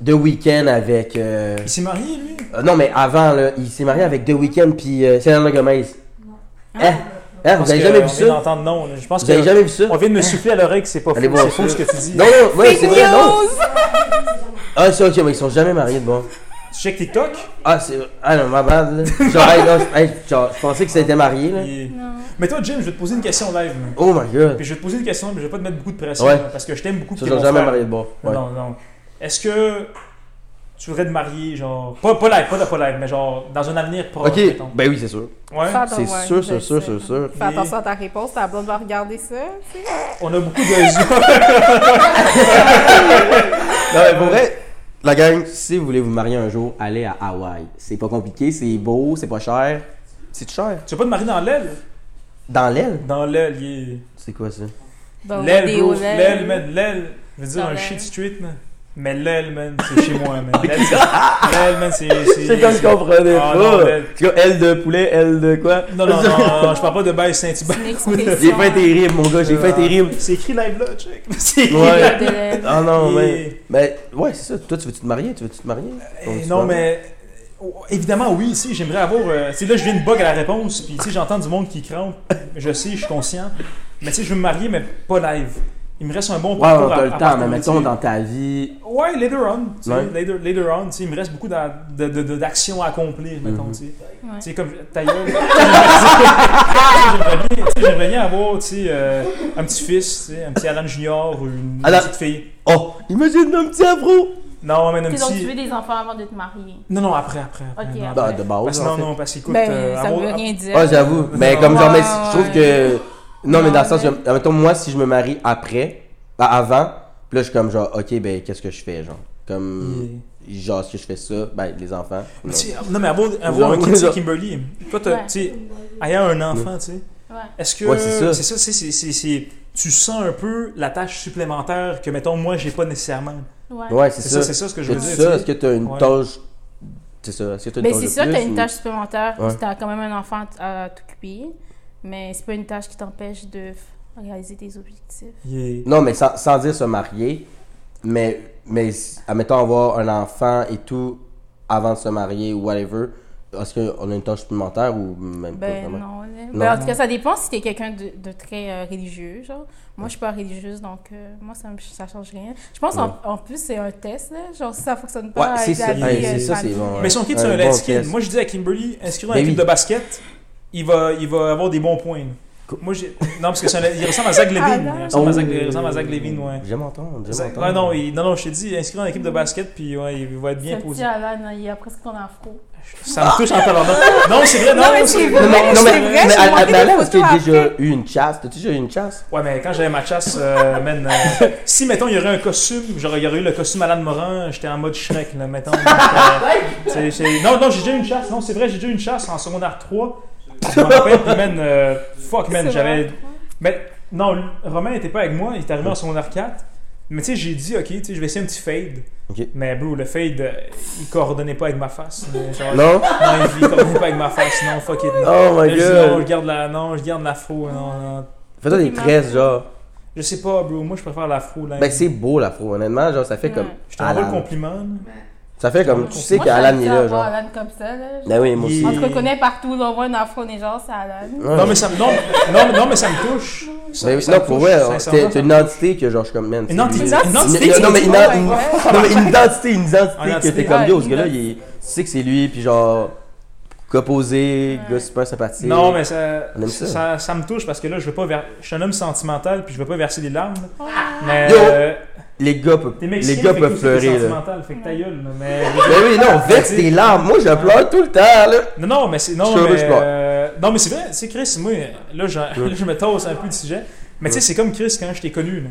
Speaker 3: de week-end avec... euh,
Speaker 1: Il s'est marié, lui?
Speaker 3: Euh, non, mais avant, là, il s'est marié avec The Weeknd puis euh, Selena Gomez. Non.
Speaker 2: Ah.
Speaker 3: Hein? Hein,
Speaker 1: Parce
Speaker 3: Vous avez
Speaker 1: que
Speaker 3: jamais
Speaker 1: on
Speaker 3: vu
Speaker 1: vient
Speaker 3: ça?
Speaker 1: d'entendre non. là. Je pense
Speaker 3: Vous avez
Speaker 1: que
Speaker 3: jamais vu ça?
Speaker 1: on vient de me souffler à l'oreille que c'est pas faux.
Speaker 3: Allez voir
Speaker 1: C'est
Speaker 3: ça.
Speaker 1: faux ce que tu dis.
Speaker 3: Non, non, ouais, c'est
Speaker 2: Fake
Speaker 3: vrai, non!
Speaker 2: news!
Speaker 3: Ah, c'est ok, mais ils sont jamais mariés de bon.
Speaker 1: Tu check TikTok?
Speaker 3: Ah, c'est. Ah non, ma bad, là. Genre, hey, non, je- hey, genre, je pensais que c'était marié, là.
Speaker 1: Et- Mais toi, Jim, je vais te poser une question live. là.
Speaker 3: Oh my god!
Speaker 1: Puis je vais te poser une question, mais je vais pas te mettre beaucoup de pression.
Speaker 3: Ouais.
Speaker 1: là, parce que je t'aime beaucoup.
Speaker 3: Ils sont
Speaker 1: puis t'es mon
Speaker 3: jamais
Speaker 1: frère.
Speaker 3: mariés de bon. Ouais.
Speaker 1: Non, non. Est-ce que tu voudrais te marier, genre. Pas, pas live, pas, de- pas live, mais genre dans un avenir proche,
Speaker 3: Ok,
Speaker 1: mettons.
Speaker 3: ben oui, c'est sûr.
Speaker 1: Ouais.
Speaker 2: Pardon,
Speaker 3: C'est
Speaker 2: ouais,
Speaker 3: sûr,
Speaker 2: je
Speaker 3: c'est sûr,
Speaker 2: sais.
Speaker 3: c'est sûr.
Speaker 2: Fais attention à ta réponse, ta blonde va regarder ça.
Speaker 1: On a beaucoup de.
Speaker 3: Non, mais pour vrai, la gang, Euh, si vous voulez vous marier un jour, allez à Hawaï. C'est pas compliqué, c'est beau, c'est pas cher. C'est cher.
Speaker 1: tu veux pas te marier dans l'aile?
Speaker 3: Dans l'aile?
Speaker 1: Dans l'aile, il est.
Speaker 3: C'est quoi ça?
Speaker 2: Donc,
Speaker 1: L'aile,
Speaker 2: vidéo,
Speaker 1: bro. L'aile, man. L'aile. Je veux dire
Speaker 2: Dans
Speaker 1: un
Speaker 2: l'aile.
Speaker 1: shit street, man. Mais l'aile, man, c'est chez moi, man. L'aile, c'est- L'aile, man, c'est.
Speaker 3: C'est comme je comprenais
Speaker 1: Ah, non,
Speaker 3: pas.
Speaker 1: mais-
Speaker 3: Tu vois, L de poulet, L de quoi?
Speaker 1: Non, non, non, non, non, je parle pas de bail Saint-Hubert. Euh,
Speaker 2: C'est une
Speaker 3: J'ai
Speaker 2: expression
Speaker 3: fait terrible, mon gars, j'ai fait terrible.
Speaker 1: C'est écrit live là, check. C'est écrit
Speaker 3: Ouais.
Speaker 1: live
Speaker 2: de
Speaker 1: là.
Speaker 2: l'aile.
Speaker 3: Ah non,
Speaker 1: Et-
Speaker 3: mais. Mais ouais, Oh, c'est ça. Toi, tu veux-tu te marier? Tu veux-tu te marier?
Speaker 1: Eh, Non, Eh, mais Oh, Évidemment, oui, si, j'aimerais avoir. euh, tu sais, là, je viens de bug à la réponse, puis tu sais, j'entends du monde qui crampe. Je sais, je suis conscient. Mais tu sais, je veux me marier, mais pas live. Il me reste un bon
Speaker 3: Ouais, on
Speaker 1: à-
Speaker 3: a le
Speaker 1: à
Speaker 3: temps, mais
Speaker 1: parcourir,
Speaker 3: mettons
Speaker 1: tu sais.
Speaker 3: dans ta vie.
Speaker 1: Ouais, later on. tu sais,
Speaker 3: Ouais.
Speaker 1: Later, later on, tu sais, il me reste beaucoup d'a- de- de- de- d'actions à accomplir, mettons.
Speaker 3: Mhm.
Speaker 1: tu sais.
Speaker 2: Ouais.
Speaker 1: Tu sais, comme ta gueule. Tu sais, J'aimerais bien- tu sais, j'aimerais bien avoir tu sais, euh, un petit fils, tu sais, un petit Alan Junior ou une
Speaker 3: Alan-
Speaker 1: petite fille.
Speaker 3: Oh, imagine un petit afro!
Speaker 1: Non, mais un
Speaker 2: Ok, Donc, tu veux
Speaker 1: petit.
Speaker 2: des enfants avant de te marier.
Speaker 1: Non, non, après, après. après,
Speaker 2: Ok,
Speaker 1: non,
Speaker 2: après.
Speaker 3: Bah, de base.
Speaker 1: Parce que
Speaker 3: en
Speaker 1: non,
Speaker 3: fait.
Speaker 1: non, parce qu'écoute.
Speaker 2: Ben,
Speaker 1: euh,
Speaker 2: ça
Speaker 1: avoir-
Speaker 2: veut rien dire.
Speaker 3: Ah, j'avoue. Mais
Speaker 1: Non.
Speaker 3: comme genre, mais
Speaker 2: Ouais,
Speaker 3: je trouve
Speaker 2: ouais.
Speaker 3: que. Non, mais dans le sens,
Speaker 2: Ouais.
Speaker 3: je- mettons, moi, si je me marie après, bah, avant, pis là, je suis comme genre, ok, ben, qu'est-ce que je fais, genre? Comme.
Speaker 2: Mm.
Speaker 3: Genre, est-ce que je fais ça? Ben, les enfants.
Speaker 1: Mais
Speaker 3: non.
Speaker 1: tu sais, non, mais avoir, avoir un
Speaker 3: Genre-
Speaker 1: kid, tu sais, Kimberly, toi, t'as-
Speaker 2: Ouais.
Speaker 1: tu sais, ayant un enfant, tu sais,
Speaker 2: Ouais.
Speaker 1: est-ce que.
Speaker 3: Ouais, c'est ça.
Speaker 1: C'est ça, tu sais, c'est- c'est- c'est- Tu sens un peu la tâche supplémentaire que, mettons, moi, j'ai pas nécessairement.
Speaker 2: Ouais.
Speaker 3: Ouais, c'est
Speaker 1: C'est
Speaker 3: ça.
Speaker 1: ça, c'est ça ce que je
Speaker 3: C'est
Speaker 1: veux dire.
Speaker 3: ça,
Speaker 1: tu
Speaker 3: est-ce
Speaker 1: sais.
Speaker 3: que t'as une
Speaker 1: Ouais.
Speaker 3: tâche. C'est ça, est-ce que t'as une
Speaker 2: Ben,
Speaker 3: tâche.
Speaker 2: c'est
Speaker 3: de
Speaker 2: sûr,
Speaker 3: plus,
Speaker 2: t'as une
Speaker 3: ou-
Speaker 2: tâche supplémentaire.
Speaker 3: Ouais.
Speaker 2: Tu T'as quand même un enfant à t'occuper, mais c'est pas une tâche qui t'empêche de réaliser tes objectifs.
Speaker 1: Yeah.
Speaker 3: Non, mais sans, sans dire se marier, mais, mais s- admettons avoir un enfant et tout avant de se marier ou whatever, est-ce qu'on a une tâche supplémentaire ou même pas
Speaker 2: Ben
Speaker 3: vraiment?
Speaker 2: non. là.
Speaker 3: Non.
Speaker 2: Ben, en tout cas, ça dépend si t'es quelqu'un de, de très euh, religieux. Genre. Moi, je suis pas religieuse, donc euh, moi, ça, me- ça change rien. Je pense en, en plus, c'est un test. Là. Genre, si ça fonctionne pas,
Speaker 3: Ouais, c'est
Speaker 2: avec la
Speaker 3: ça,
Speaker 2: vie,
Speaker 1: ouais,
Speaker 2: euh,
Speaker 3: c'est ça,
Speaker 2: famille,
Speaker 3: c'est bon, ouais.
Speaker 1: Mais son kid, c'est un
Speaker 3: Un
Speaker 1: light
Speaker 3: bon
Speaker 1: skin.
Speaker 3: test.
Speaker 1: Moi, je dis à Kimberly, inscris-le dans
Speaker 3: Ben
Speaker 1: l'équipe
Speaker 3: oui.
Speaker 1: de basket, il va, il va avoir des bons points. Moi, j'ai- non, parce que c'est un- il ressemble à Zach
Speaker 2: Ah,
Speaker 1: Levine.
Speaker 2: non.
Speaker 1: il, ressemble à Zach, il
Speaker 3: Oh.
Speaker 1: ressemble à Zach Levine, ouais.
Speaker 3: J'aime entendre, j'aime
Speaker 1: Zach-
Speaker 3: entendre.
Speaker 1: ouais, non, il- non, non, je t'ai dit, inscris-le dans l'équipe de basket, puis ouais, il va être
Speaker 2: Ce
Speaker 1: bien
Speaker 2: petit
Speaker 1: posé.
Speaker 2: Alan, il a presque ton afro.
Speaker 1: Ça me touche en parlant. Non, c'est vrai, non,
Speaker 2: Non, mais c'est vrai,
Speaker 3: Non, mais, non,
Speaker 2: c'est
Speaker 3: mais,
Speaker 2: vrai,
Speaker 3: mais,
Speaker 2: j'ai
Speaker 3: à- à- mais
Speaker 2: manqué des
Speaker 3: là, est-ce qu'il y a
Speaker 2: photos
Speaker 3: déjà eu une chasse? T'as-tu déjà eu une chasse?
Speaker 1: Ouais, mais quand j'avais ma chasse, euh, man, euh, si, mettons, il y aurait un costume, genre, il y aurait eu le costume Alan Morin, j'étais en mode Shrek, là, mettons. Donc, euh, c'est- c'est- Non, non, j'ai déjà eu une chasse, non, c'est vrai, j'ai déjà eu une chasse en secondaire 3. Je me rappelle, puis, man, euh, fuck, man,
Speaker 2: C'est
Speaker 1: j'avais.
Speaker 2: vrai.
Speaker 1: Mais non, Romain n'était pas avec moi, il est arrivé en secondaire 4. Mais tu sais, j'ai dit, ok, tu sais, je vais essayer un petit fade.
Speaker 3: Ok.
Speaker 1: Mais bro, le fade, euh, il coordonnait pas avec ma face. mais genre- non,
Speaker 3: Non?
Speaker 1: il il coordonnait pas avec ma face, non, fuck it. Non.
Speaker 3: Oh
Speaker 1: Là,
Speaker 3: my
Speaker 1: je dis, non, je
Speaker 3: god!
Speaker 1: garde la, non, je garde l'afro, non, non.
Speaker 3: Fais-toi des tresses, genre.
Speaker 1: Je sais pas, bro, moi je préfère l'afro, là.
Speaker 3: Ben, c'est beau, l'afro, honnêtement, genre, ça fait comme.
Speaker 1: Je te renvoie le
Speaker 3: Alan.
Speaker 1: compliment, là.
Speaker 3: Ça fait comme. Tu sais qu'Alan il est là, genre.
Speaker 2: Alan comme ça, là.
Speaker 3: Ben oui, moi aussi.
Speaker 1: Il-
Speaker 2: On se reconnaît partout, là, on voit un afro, on est genre, c'est Alan.
Speaker 3: Ouais.
Speaker 1: Non, mais ça, me- non, non, mais- non, mais ça me touche. Ça-
Speaker 3: Ben oui,
Speaker 1: ça
Speaker 3: non,
Speaker 1: me
Speaker 3: pour
Speaker 1: touche,
Speaker 3: vrai,
Speaker 1: sincèrement,
Speaker 3: t'as
Speaker 1: ça
Speaker 3: t'as
Speaker 1: me
Speaker 3: une identité que genre, je suis comme, man.
Speaker 1: Une
Speaker 3: c'est
Speaker 1: identité-
Speaker 3: lui.
Speaker 1: une identité
Speaker 3: Non,
Speaker 1: que
Speaker 3: non, mais
Speaker 1: tu
Speaker 3: une,
Speaker 1: vois,
Speaker 3: une- non, mais une identité, une
Speaker 1: Un
Speaker 3: identité que
Speaker 1: identité.
Speaker 3: t'es comme,
Speaker 2: Ouais,
Speaker 3: yo,
Speaker 2: une
Speaker 3: ce gars-là, il est- tu sais que c'est lui, puis genre, gars posé,
Speaker 2: Ouais.
Speaker 3: gars super sympathique.
Speaker 1: Non, mais ça,
Speaker 3: On aime
Speaker 1: ça.
Speaker 3: ça.
Speaker 1: ça- ça me touche parce que là, je veux pas ver- je suis un homme sentimental puis je veux pas verser des larmes. Mais
Speaker 3: Yo!
Speaker 1: euh,
Speaker 3: Les gars peuvent,
Speaker 1: t'es
Speaker 3: les
Speaker 1: mexicain,
Speaker 3: gars
Speaker 1: fait que
Speaker 3: peuvent
Speaker 1: toi, t'es
Speaker 3: pleurer, là.
Speaker 1: sentimental, fait que ta gueule, là, mais
Speaker 3: Ben oui, non, verse
Speaker 1: Vas-y.
Speaker 3: tes larmes. Moi, je pleure tout le temps, là.
Speaker 1: non, non, mais c'est non,
Speaker 3: Je suis heureux,
Speaker 1: mais,
Speaker 3: je pleure.
Speaker 1: euh, non, mais c'est vrai, c'est Chris, moi là, je, là, je me tasse un peu du sujet, mais tu sais, c'est comme Chris quand je t'ai connu. Là.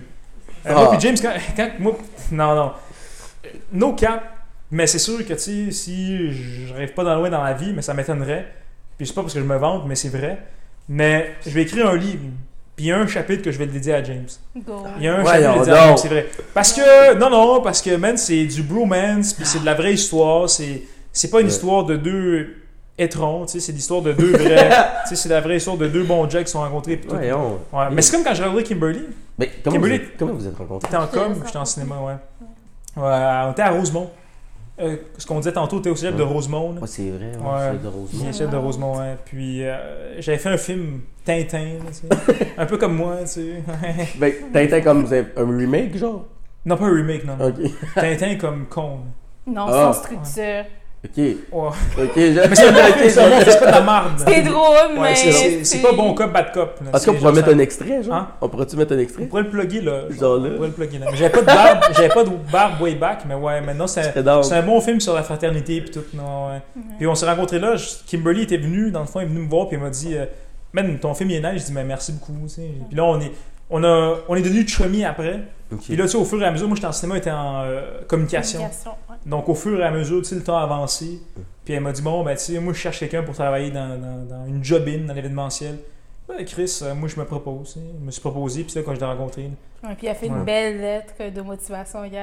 Speaker 1: Euh, Moi
Speaker 3: Ah.
Speaker 1: puis James quand, quand moi, non, non, no cap, mais c'est sûr que tu sais, si je rêve pas dans loin dans la vie, mais ça m'étonnerait. Puis c'est pas parce que je me vante, mais c'est vrai. Mais je vais écrire un livre, puis il y a un chapitre que je vais le dédier à James.
Speaker 2: Go.
Speaker 1: Il y a un
Speaker 3: Voyons
Speaker 1: chapitre
Speaker 3: donc.
Speaker 1: dédié à- c'est vrai. Parce que, non, non, parce que, man, c'est du bromance, puis c'est de la vraie histoire. C'est, c'est pas une
Speaker 3: Ouais.
Speaker 1: histoire de deux étrons, tu sais, c'est l'histoire de deux vrais. tu sais, c'est la vraie histoire de deux bons jacks qui se sont rencontrés. puis tout. Ouais,
Speaker 3: Voyons.
Speaker 1: Mais c'est comme quand j'ai regardé Kimberly,
Speaker 3: Mais comment vous
Speaker 1: Kimberly-
Speaker 3: êtes, comment vous êtes rencontrés?
Speaker 1: t'étais en
Speaker 2: Je te
Speaker 1: com,
Speaker 2: laisse
Speaker 1: j'étais en
Speaker 2: raconter.
Speaker 1: cinéma, ouais. Ouais, on était à Rosemont. Euh, ce qu'on disait tantôt, t'es au cégep de
Speaker 3: Ouais.
Speaker 1: Rosemont. là.
Speaker 3: Ouais, Ah, c'est vrai, ouais,
Speaker 1: Ouais.
Speaker 3: c'est de
Speaker 1: J'ai
Speaker 3: Rosemont.
Speaker 1: un chef de Rosemont, ouais. Puis euh, j'avais fait un film Tintin, là, tu sais. un peu comme moi, tu sais.
Speaker 3: Ben, Tintin, comme vous avez un remake, genre?
Speaker 1: non, pas un remake, non. non.
Speaker 3: Ok.
Speaker 1: Tintin comme con.
Speaker 2: Non,
Speaker 3: Ah.
Speaker 2: sans structure.
Speaker 3: Ok.
Speaker 1: Ouais.
Speaker 3: Ok, je-
Speaker 1: Mais c'est
Speaker 3: ok, je-
Speaker 1: c'est pas de la marde.
Speaker 2: C'est drôle,
Speaker 1: Ouais,
Speaker 2: mais.
Speaker 1: c'est- c'est c'est pas bon cop, bad cop. là.
Speaker 3: Est-ce qu'on
Speaker 1: C'est
Speaker 3: pourrait
Speaker 1: genre
Speaker 3: mettre
Speaker 1: ça-
Speaker 3: un extrait, genre?
Speaker 1: Hein?
Speaker 3: On pourrait-tu mettre un
Speaker 1: On
Speaker 3: extrait?
Speaker 1: pourrait le plugger là. genre.
Speaker 3: Genre
Speaker 1: On
Speaker 3: là?
Speaker 1: pourrait le plugger là. Mais J'avais pas de barbe, j'avais pas de barbe way back, mais ouais, maintenant c'est
Speaker 3: Très dingue.
Speaker 1: c'est un bon film sur la fraternité puis tout. Non, ouais. Puis on s'est rencontrés là, je- Kimberly était venue, dans le fond, elle est venue me voir puis elle m'a dit euh, Man, ton film il est nice. Je dis Mais merci beaucoup. tu sais. Puis là, on est, on a, on est devenus chummy après.
Speaker 3: Ok.
Speaker 1: Puis là, tu sais, au fur et à mesure, moi j'étais en cinéma, j'étais en euh, communication.
Speaker 2: Communication, ouais.
Speaker 1: Donc, au fur et à mesure, tu sais, le temps a avancé. Puis elle m'a dit Bon, ben, tu sais, moi, je cherche quelqu'un pour travailler dans, dans- dans une job-in, dans l'événementiel. Ben, Chris, euh, moi, je me propose. hein. Je me suis proposé, puis c'est là, quand je l'ai rencontré. là.
Speaker 2: Ouais, Puis il a fait
Speaker 1: Ouais.
Speaker 2: une belle lettre de motivation, guys.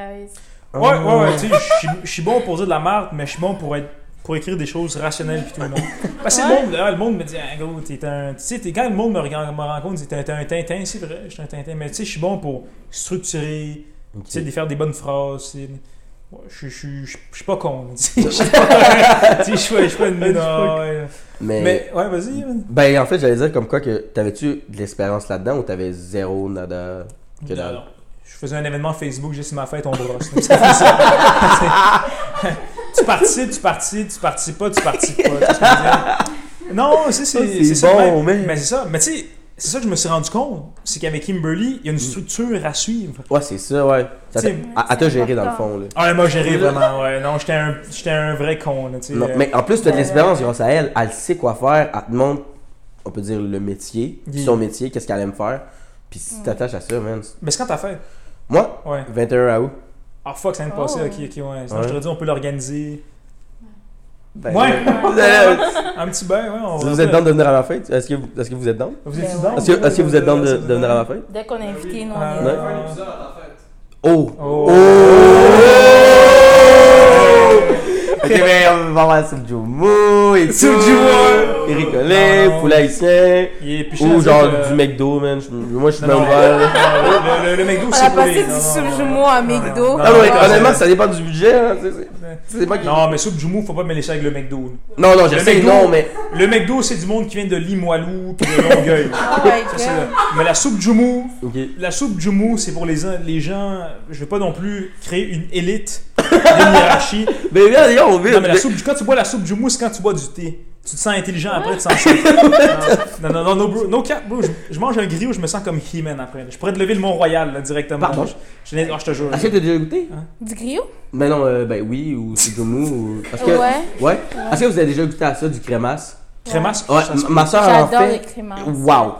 Speaker 3: Ah.
Speaker 1: Ouais, ouais, ouais, tu sais, je suis- je suis bon pour dire de la marde, mais je suis bon pour être. Pour écrire des choses rationnelles puis tout le monde. Parce que
Speaker 2: Ouais.
Speaker 1: le, monde, ah, le monde me dit, ah, gros, t'es un. Tu sais, t'es- quand le monde me, regarde- me rencontre, t'es un, t'es un Tintin, c'est vrai, je suis un Tintin, mais tu sais, je suis bon pour structurer,
Speaker 3: Ok.
Speaker 1: tu sais, de faire des bonnes phrases. c'est- Bon, je, je, je, je suis pas con. tu sais, Je suis pas- tu sais, je suis pas- je suis pas une mine.
Speaker 3: Mais,
Speaker 1: Mais ouais, vas-y. man.
Speaker 3: ben, en fait, j'allais dire comme quoi que t'avais-tu de l'expérience là-dedans ou t'avais zéro nada que
Speaker 1: Non,
Speaker 3: dalle?
Speaker 1: non. Je faisais un événement Facebook, j'ai ma fête, on brosse. Donc, ça fait ça. tu participes, tu participes, tu participes pas, tu participes pas. Tu sais ce que je veux dire? non, c'est c'est- c'est ça.
Speaker 3: Ah, bon,
Speaker 1: le même.
Speaker 3: mais-
Speaker 1: Mais c'est ça. Mais tu sais, c'est ça que je me suis rendu compte. C'est qu'avec Kimberly, il y a une structure à suivre.
Speaker 3: Ouais, c'est ça, ouais. Mm. Ça t'a-
Speaker 1: Tu sais,
Speaker 3: à, à te
Speaker 2: c'est
Speaker 3: gérer dans le
Speaker 2: important.
Speaker 3: fond, là.
Speaker 1: Ah, moi, j'ai ri vraiment, ouais. Non, j'étais un, j'étais un vrai con, là, tu sais.
Speaker 3: Non,
Speaker 1: Euh,
Speaker 3: mais en plus, tu as de
Speaker 2: Ouais.
Speaker 3: l'espérance grâce à elle. Elle sait quoi faire. Elle te montre, on peut dire, le métier,
Speaker 1: Oui.
Speaker 3: son métier, qu'est-ce qu'elle aime faire. Puis si tu t'attaches à ça, man. c'est-
Speaker 1: Mais c'est quand t'as fait?
Speaker 3: Moi,
Speaker 1: Ouais.
Speaker 3: 21 août.
Speaker 1: Ah, fuck, ça vient de
Speaker 2: Oh.
Speaker 1: passer, ok, ok, ouais. Sinon,
Speaker 3: Ouais.
Speaker 1: je t'aurais dit, on peut l'organiser.
Speaker 3: Ben,
Speaker 1: Ouais.
Speaker 3: euh,
Speaker 1: Un petit bain, ouais. On
Speaker 3: vous
Speaker 1: va-
Speaker 3: êtes dans de venir à ma fête? Est-ce que, vous- est-ce que vous êtes dans?
Speaker 1: Vous êtes
Speaker 2: Ben
Speaker 1: dans?
Speaker 2: ouais.
Speaker 3: Est-ce que, est-ce que vous êtes dans de, de venir à ma fête?
Speaker 2: Dès qu'on est invité, nous, on
Speaker 1: Ah,
Speaker 2: est
Speaker 1: ouais.
Speaker 2: là.
Speaker 3: Oh!
Speaker 1: Oh.
Speaker 3: Ok, ben, on va voir Subjumo et tout.
Speaker 1: Subjumo.
Speaker 3: Eric Collet,
Speaker 1: Non, non.
Speaker 3: poulet haïtien.
Speaker 1: Et puis, je
Speaker 3: Ou
Speaker 1: te dis,
Speaker 3: genre
Speaker 1: euh,
Speaker 3: du McDo, man. Je- Moi, je suis
Speaker 1: Non, non,
Speaker 3: même ouvert, là.
Speaker 1: Le, le, le McDo,
Speaker 2: On
Speaker 1: c'est
Speaker 2: a
Speaker 1: brûlé.
Speaker 2: passé
Speaker 1: Non,
Speaker 2: du
Speaker 1: non,
Speaker 2: sub-jumeau
Speaker 1: non,
Speaker 2: à
Speaker 1: non,
Speaker 2: McDo.
Speaker 1: non,
Speaker 3: Ah
Speaker 1: non,
Speaker 3: ouais,
Speaker 1: non,
Speaker 3: honnêtement,
Speaker 1: c'est-
Speaker 3: ça dépend du budget. hein, c'est- c'est- c'est pas qui-
Speaker 1: Non, mais soupe Jumeau, faut pas me laisser avec le McDo.
Speaker 3: Non, non, je
Speaker 1: Le
Speaker 3: sais,
Speaker 1: McDo.
Speaker 3: non, mais.
Speaker 1: Le McDo, c'est du monde qui vient de Limoilou puis de Longueuil.
Speaker 2: Oh my
Speaker 1: Ça, c'est
Speaker 2: god.
Speaker 1: le- Mais la soupe Jumeau,
Speaker 3: Ok.
Speaker 1: la soupe Jumeau, c'est pour les, les gens. Je veux pas non plus créer une élite, une hiérarchie.
Speaker 3: Mais regarde, yo, on vit.
Speaker 1: Non, mais la soupe, quand tu bois la soupe Jumeau, c'est quand tu bois du thé. Tu te sens intelligent après, tu sens ça. Non, non, non, no, bro, no cap, bro. Je, je mange un griot, je me sens comme He-Man après. Je pourrais te lever le Mont-Royal là, directement.
Speaker 3: Pardon?
Speaker 1: Je, je- oh, je te jure.
Speaker 3: Est-ce que t'as déjà goûté
Speaker 2: Du griot?
Speaker 3: Mais non, euh, hein. ben oui, ou c'est du mou, ou. Est-ce que...
Speaker 2: Ouais.
Speaker 3: Ouais. Est-ce que vous avez déjà goûté à ça, du crémasse
Speaker 1: Crémasse,
Speaker 3: Ouais,
Speaker 1: ça se
Speaker 3: m- ma soeur en
Speaker 2: J'adore les
Speaker 3: fait.
Speaker 2: créments.
Speaker 3: Waouh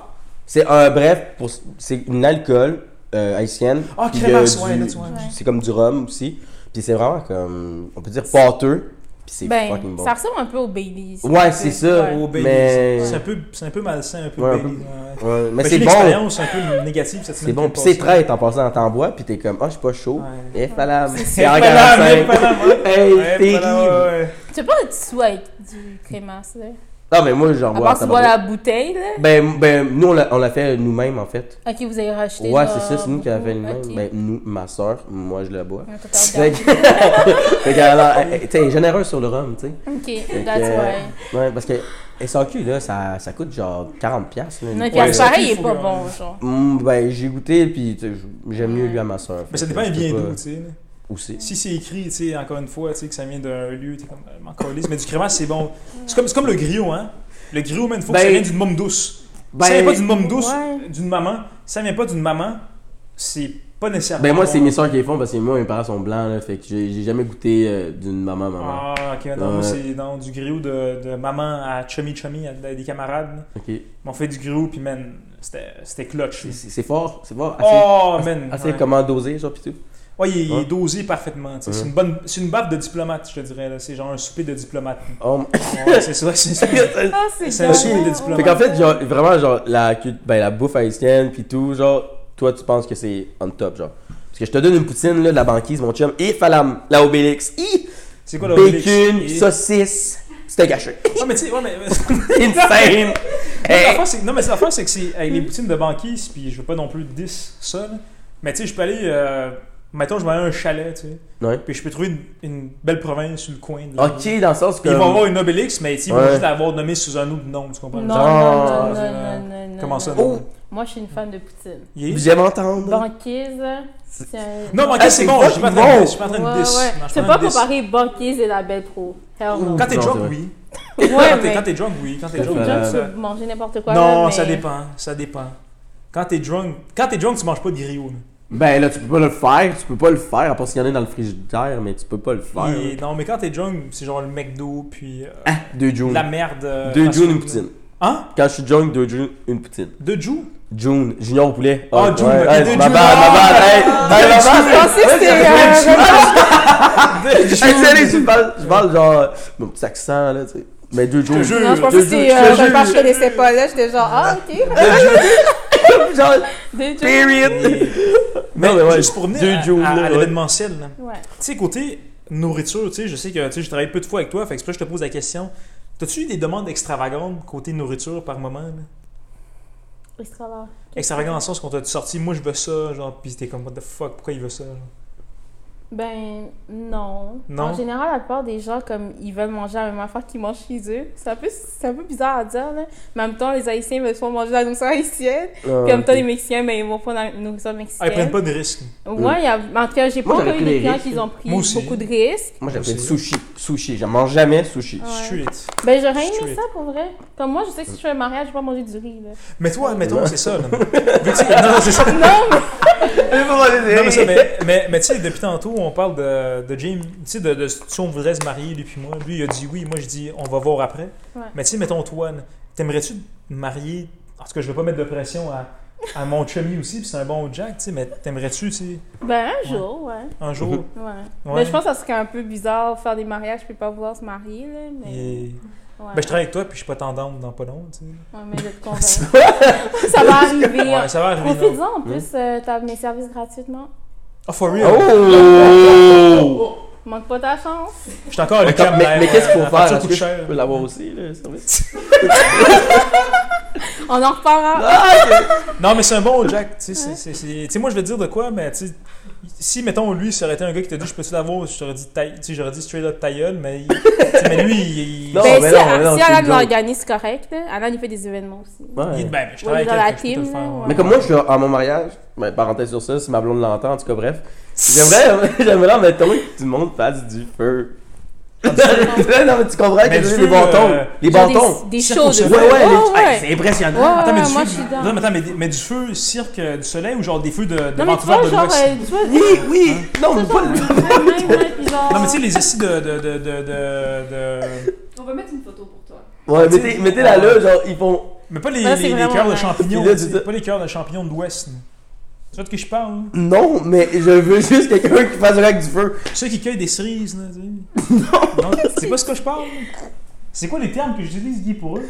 Speaker 3: C'est un. Bref, pour... c'est une alcool euh, haïtienne.
Speaker 1: Ah,
Speaker 3: Puis,
Speaker 1: crémasse,
Speaker 3: euh,
Speaker 1: ouais,
Speaker 3: du-
Speaker 1: là, tu vois.
Speaker 3: C'est comme du rhum aussi. Puis c'est vraiment comme. On peut dire pâteux. Puis c'est fucking
Speaker 2: Ben,
Speaker 3: bon.
Speaker 2: ça ressemble un peu au Baileys.
Speaker 3: Ouais, c'est ça.
Speaker 2: Ouais.
Speaker 1: Au Baileys.
Speaker 3: Mais-
Speaker 1: C'est un peu, c'est un peu malsain, un peu
Speaker 3: Ouais, un
Speaker 1: Baileys.
Speaker 3: peu.
Speaker 1: ouais.
Speaker 3: Ouais, mais
Speaker 1: Fait que
Speaker 3: c'est bon.
Speaker 1: l'expérience un peu négative cette
Speaker 3: C'est
Speaker 1: semaine.
Speaker 3: bon.
Speaker 1: qui
Speaker 3: Puis
Speaker 1: est
Speaker 3: c'est
Speaker 1: passée.
Speaker 3: traite en passant, t'en bois, puis t'es comme, ah, je suis pas chaud.
Speaker 1: Ouais.
Speaker 3: Et voilà, c'est en
Speaker 1: Pas là, mais
Speaker 3: 45.
Speaker 1: pas là, ouais.
Speaker 3: Hey,
Speaker 1: hein. Ouais,
Speaker 3: terrible.
Speaker 1: pas là, ouais, ouais.
Speaker 2: Tu peux pas être sous avec du crémasse, là.
Speaker 3: Non, mais moi, j'en
Speaker 2: À
Speaker 3: bois.
Speaker 2: part si tu bois
Speaker 3: tabarnak.
Speaker 2: la bouteille, là.
Speaker 3: Ben, ben, nous, on l'a on l'a fait nous-mêmes, en fait.
Speaker 2: Ok, vous avez racheté.
Speaker 3: Ouais,
Speaker 2: là,
Speaker 3: c'est ça, c'est nous qui avons fait
Speaker 2: beaucoup.
Speaker 3: nous-mêmes.
Speaker 2: Ok.
Speaker 3: Ben, nous, ma soeur, moi, je la bois.
Speaker 2: Un total
Speaker 3: Fait que, fait que, alors, elle- elle- tu sais, elle est généreuse sur le rhum, tu sais. Fait
Speaker 2: Ok,
Speaker 3: que,
Speaker 2: that's
Speaker 3: euh,
Speaker 2: why.
Speaker 3: Ouais, parce que SAQ, là, ça, ça coûte genre 40$. piastres, là.
Speaker 2: Non, et puis
Speaker 1: Ouais,
Speaker 2: à ce
Speaker 1: ça,
Speaker 2: pareil,
Speaker 1: il
Speaker 2: il est
Speaker 1: faut
Speaker 2: pas
Speaker 1: que-
Speaker 2: bon, genre.
Speaker 3: Mm, ben, j'ai goûté, puis tu sais, j'aime mieux lui à ma soeur.
Speaker 1: Mais ça dépend bien d'où, tu sais.
Speaker 3: Aussi.
Speaker 1: Si c'est écrit, tu sais, encore une fois, tu sais, que ça vient d'un lieu, t'es comme, euh, m'en calisse. Mais du crémasse, c'est bon. C'est comme, c'est comme le griot, hein. Le griot, man, faut que
Speaker 3: Ben-
Speaker 1: ça vienne d'une môme douce. Si ça
Speaker 3: Ben-
Speaker 1: vient pas d'une môme douce,
Speaker 2: Ouais.
Speaker 1: d'une maman, si ça vient pas d'une maman, c'est pas nécessairement.
Speaker 3: Ben, moi, c'est
Speaker 1: bon.
Speaker 3: mes soeurs qui les font parce que moi, mes parents sont blancs, là. Fait que j'ai j'ai jamais goûté euh, d'une maman, maman.
Speaker 1: Ah, ok, non, moi,
Speaker 3: Ouais.
Speaker 1: c'est non, du griot de, de maman à chummy chummy, à des camarades.
Speaker 3: Ok.
Speaker 1: Mais on fait du griot, puis man, c'était c'était clutch.
Speaker 3: C'est- C'est c'est fort, c'est fort. Assez,
Speaker 1: Oh, man.
Speaker 3: assez
Speaker 1: ouais.
Speaker 3: comment doser, genre, pis tout.
Speaker 1: Ouais, il, est- il
Speaker 3: Ouais.
Speaker 1: est dosé parfaitement. tu sais. C'est
Speaker 3: Ouais.
Speaker 1: une bonne, c'est une baffe de diplomate, je te dirais. là. C'est genre un souper de diplomate.
Speaker 3: Oh,
Speaker 1: Ouais, c'est ça, c'est ça.
Speaker 2: Ah,
Speaker 1: C'est un souper de
Speaker 2: drôle.
Speaker 1: diplomate.
Speaker 3: Fait qu'en fait, genre, vraiment, genre, la, cul- ben, la bouffe haïtienne, puis tout, genre, toi, tu penses que c'est on top, genre. Parce que je te donne une poutine, là, de la banquise, mon chum, et falam, la obélix, i,
Speaker 1: C'est quoi le
Speaker 3: bacon,
Speaker 1: Obélix? Et-
Speaker 3: saucisse, c'était gâché.
Speaker 1: Ah, mais tu sais, ouais, mais.
Speaker 3: Insane! hey.
Speaker 1: L'affaire, c'est- Non, mais l'affaire, c'est que c'est avec les poutines de banquise, puis je veux pas non plus 10 ça. là. Mais tu sais, je peux aller. euh, Mettons, je vais aller à un chalet, tu sais.
Speaker 3: Ouais.
Speaker 1: Puis je peux trouver une, une belle province sur le coin. là.
Speaker 3: Ok, dans le sens que.
Speaker 1: Ils vont avoir une Obélix, mais tu sais, ils vont
Speaker 3: Ouais.
Speaker 1: juste l'avoir nommée sous un autre nom, tu comprends?
Speaker 2: Non,
Speaker 1: Genre,
Speaker 2: non, non,
Speaker 1: Ah,
Speaker 2: non, non, non.
Speaker 1: Comment ça,
Speaker 3: Oh,
Speaker 2: non. Moi, je suis une fan de Poutine.
Speaker 1: il est-
Speaker 3: j'aime entendre.
Speaker 2: Banquise, c'est un.
Speaker 1: Non,
Speaker 3: Ah,
Speaker 1: banquise,
Speaker 3: c'est
Speaker 1: c'est bon, je suis pas en train de- je suis pas en train de
Speaker 2: Ouais,
Speaker 1: 10.
Speaker 2: ouais.
Speaker 1: Non, je suis
Speaker 2: Tu peux
Speaker 1: pas en
Speaker 2: pas
Speaker 1: train de 10.
Speaker 2: comparer banquise et la belle pro. Hell no.
Speaker 1: Quand t'es
Speaker 3: Non, c'est
Speaker 1: drunk,
Speaker 3: vrai.
Speaker 1: oui.
Speaker 2: Ouais,
Speaker 1: Quand t'es-
Speaker 2: mais-
Speaker 1: quand t'es drunk, oui. Quand t'es
Speaker 2: Quand
Speaker 1: drunk,
Speaker 2: t'es
Speaker 1: euh,
Speaker 2: drunk, tu peux manger n'importe quoi.
Speaker 1: non,
Speaker 2: là,
Speaker 1: ça
Speaker 2: mais-
Speaker 1: dépend, ça dépend. Quand t'es drunk, quand t'es drunk, tu manges pas de griot. là.
Speaker 3: Ben là, tu peux pas le faire, tu peux pas le faire, à part s'il y en a dans le frigidaire, mais tu peux pas le faire.
Speaker 1: Et- non, mais quand t'es drunk, c'est genre le McDo puis euh,
Speaker 3: Deux June.
Speaker 1: la merde. euh,
Speaker 3: Ah. Deux
Speaker 1: fast
Speaker 3: June,
Speaker 1: food,
Speaker 3: une
Speaker 1: là.
Speaker 3: poutine.
Speaker 1: Hein?
Speaker 3: Quand je suis drunk, deux June, une poutine.
Speaker 1: Deux June?
Speaker 3: June, Junior Poulet.
Speaker 1: Ah, June, ok,
Speaker 3: ouais,
Speaker 1: deux Ah,
Speaker 3: ma
Speaker 1: June.
Speaker 3: bad, ma bad, hey, hey, ma bad.
Speaker 2: Je pensais que c'était. euh,
Speaker 1: Deux
Speaker 3: Hey, sérieux, je parle, je parle genre, euh, mon petit accent, là, tu sais. Mais deux June.
Speaker 1: te jure.
Speaker 2: Non, je pensais que
Speaker 3: Je te jure,
Speaker 2: c'était.
Speaker 3: je te
Speaker 2: euh,
Speaker 3: jure.
Speaker 2: Je pense que je connaissais pas. Là, j'étais genre, ah, ok.
Speaker 3: genre,
Speaker 2: Des jokes.
Speaker 3: period.
Speaker 1: Mais,
Speaker 3: Non, mais ouais,
Speaker 1: juste pour venir
Speaker 3: deux
Speaker 1: à,
Speaker 3: June,
Speaker 1: à- à
Speaker 3: là, ouais.
Speaker 1: l'événementiel, là.
Speaker 2: Ouais.
Speaker 1: tu sais, côté nourriture, tu sais, je sais que tu sais, je travaille peu de fois avec toi, fait que c'est pour ça que je te pose la question. T'as-tu eu des demandes extravagantes côté nourriture par moment? là?
Speaker 2: Extravagant.
Speaker 1: Extravagant en sens qu'on t'a sorti, moi je veux ça, genre, pis t'es comme, what the fuck, pourquoi il veut ça? genre?
Speaker 2: Ben non.
Speaker 1: Non?
Speaker 2: En général, la plupart des gens, comme ils veulent manger la même affaire qu'ils mangent chez eux, c'est un, peu- c'est un peu bizarre à dire, là. Mais en même temps, les Haïtiens veulent souvent manger la nourriture haïtienne.
Speaker 3: Ah,
Speaker 2: Puis en même temps, les Mexicains, ben, ils vont prendre la nourriture
Speaker 1: Ah, ils prennent
Speaker 2: mexicaine.
Speaker 1: pas de risques.
Speaker 2: Ouais, il y a... en tout cas, j'ai pas
Speaker 3: Moi, j'aurais
Speaker 2: encore
Speaker 3: pris
Speaker 2: eu des
Speaker 3: les
Speaker 2: clients
Speaker 3: risques.
Speaker 2: qui ont pris
Speaker 1: Moi aussi.
Speaker 2: beaucoup de risques.
Speaker 3: Moi, j'appelle
Speaker 1: Aussi.
Speaker 3: sushi. Sushi. J'en mange jamais sushi.
Speaker 2: Ouais.
Speaker 1: Street.
Speaker 2: Ben j'aurais
Speaker 1: Straight.
Speaker 2: aimé ça pour vrai. Comme moi, je sais que si je fais un mariage, je vais pas manger du riz, là.
Speaker 1: Mais toi, admettons, c'est ça. là. Vu que tu- non, non, c'est ça. Non, mais, ça, mais, mais, mais tu sais, depuis tantôt, on parle de, de James. Tu sais, de, de si on voudrait se marier, lui puis moi. Lui, il a dit oui. Moi, je dis on va voir après.
Speaker 2: Ouais.
Speaker 1: Mais tu sais, mettons, toi, t'aimerais-tu te marier En tout cas, je vais pas mettre de pression à, à mon chummy aussi, puis c'est un bon Jack, tu sais, mais t'aimerais-tu, tu sais,
Speaker 2: Ben un jour, ouais.
Speaker 1: un jour
Speaker 2: Ouais.
Speaker 1: Ouais.
Speaker 2: Ben je pense que ça serait un peu bizarre de faire des mariages puis pas vouloir se marier, là. Mais,
Speaker 1: et-
Speaker 2: ouais.
Speaker 1: Ben, je travaille avec toi, puis je suis pas tendante dans pas long, tu sais.
Speaker 2: Ouais, mais je vais te convaincre. ça va arriver.
Speaker 1: Ouais, ça va arriver. non?
Speaker 3: Hmm?
Speaker 2: Profites-en, en plus, euh, t'as mes services gratuitement.
Speaker 1: Oh, for real
Speaker 3: Oh!
Speaker 2: Manque pas ta chance.
Speaker 1: Je suis encore le euh,
Speaker 3: Mais,
Speaker 1: cap,
Speaker 3: comme- mais- mais qu'est-ce qu'il faut faire?
Speaker 1: Ça
Speaker 3: Est-ce
Speaker 1: coûte
Speaker 3: que je
Speaker 1: cher.
Speaker 3: peux l'avoir aussi, le service?
Speaker 2: On en reparlera.
Speaker 1: Non, mais c'est un bon Jack. Tu sais, c'est- c'est- c'est- tu sais, moi, je vais te dire de quoi, mais tu sais, si, mettons, lui, ça aurait été un gars qui t'a dit, je peux-tu l'avoir, je t'aurais dit, ta- tu sais, j'aurais dit straight up ta gueule, mais, il- tu sais, mais lui, il, il-
Speaker 3: Non,
Speaker 2: ben,
Speaker 3: mais
Speaker 2: si,
Speaker 3: non, mais non,
Speaker 2: si
Speaker 3: c'est
Speaker 2: Alan
Speaker 3: une joke.
Speaker 2: l'organise correct, là, Alan il fait des événements aussi.
Speaker 1: il est
Speaker 3: Ouais.
Speaker 1: de ben, je
Speaker 2: Ouais,
Speaker 1: travaille
Speaker 2: dans
Speaker 1: avec
Speaker 2: la
Speaker 1: quelqu'un, je peux te
Speaker 2: team,
Speaker 1: le faire,
Speaker 2: là,
Speaker 1: ouais.
Speaker 3: Mais comme moi, je suis à mon mariage, ben, parenthèse sur ça, si ma blonde l'entend, en tout cas, bref. J'aimerais, j'aimerais, en mettre un que tout le monde fasse du feu. non, mais tu comprends
Speaker 1: Mais
Speaker 3: que
Speaker 1: du
Speaker 3: j'ai
Speaker 1: feu,
Speaker 3: des bantons.
Speaker 1: euh,
Speaker 3: Les
Speaker 2: Genre
Speaker 3: bantons.
Speaker 2: Des, des
Speaker 1: Ça,
Speaker 2: shows
Speaker 1: faut
Speaker 2: de
Speaker 1: que
Speaker 3: Ouais, ouais,
Speaker 2: Ouais,
Speaker 3: les-
Speaker 2: ouais.
Speaker 3: Hey, c'est impressionnant.
Speaker 2: Ouais,
Speaker 1: Attends, mais du
Speaker 2: moi,
Speaker 1: feu,
Speaker 2: je suis down.
Speaker 1: non, mais attends, mais, des- mais du feu, cirque, euh, du soleil ou genre des feux de, de
Speaker 2: Non, mais tu vois,
Speaker 1: ventouvertes de
Speaker 2: genre,
Speaker 1: l'Ouest?
Speaker 2: euh, tu vois,
Speaker 3: Oui, oui. Non, mais pas le.
Speaker 1: Non,
Speaker 2: Non,
Speaker 1: mais tu sais, les essais de. de, de, de, de- de-
Speaker 4: On va mettre une photo pour toi.
Speaker 3: Ouais, mettez- mettez-la là, genre, ils font.
Speaker 1: Mais pas les,
Speaker 2: Ouais, c'est
Speaker 1: les, les
Speaker 2: vraiment
Speaker 1: cœurs de
Speaker 2: nice.
Speaker 1: champignons.
Speaker 3: Puis là,
Speaker 1: tu sais,
Speaker 3: tu dis-
Speaker 1: Pas les cœurs de champignons de l'Ouest. là. Tu vois de qui je parle? là?
Speaker 3: Non, mais je veux juste quelqu'un qui fasse avec du feu.
Speaker 1: Ceux qui cueillent des cerises, là, tu sais. Non, c'est pas ce que je parle. là. C'est quoi les termes que j'utilise, Guy, pour eux?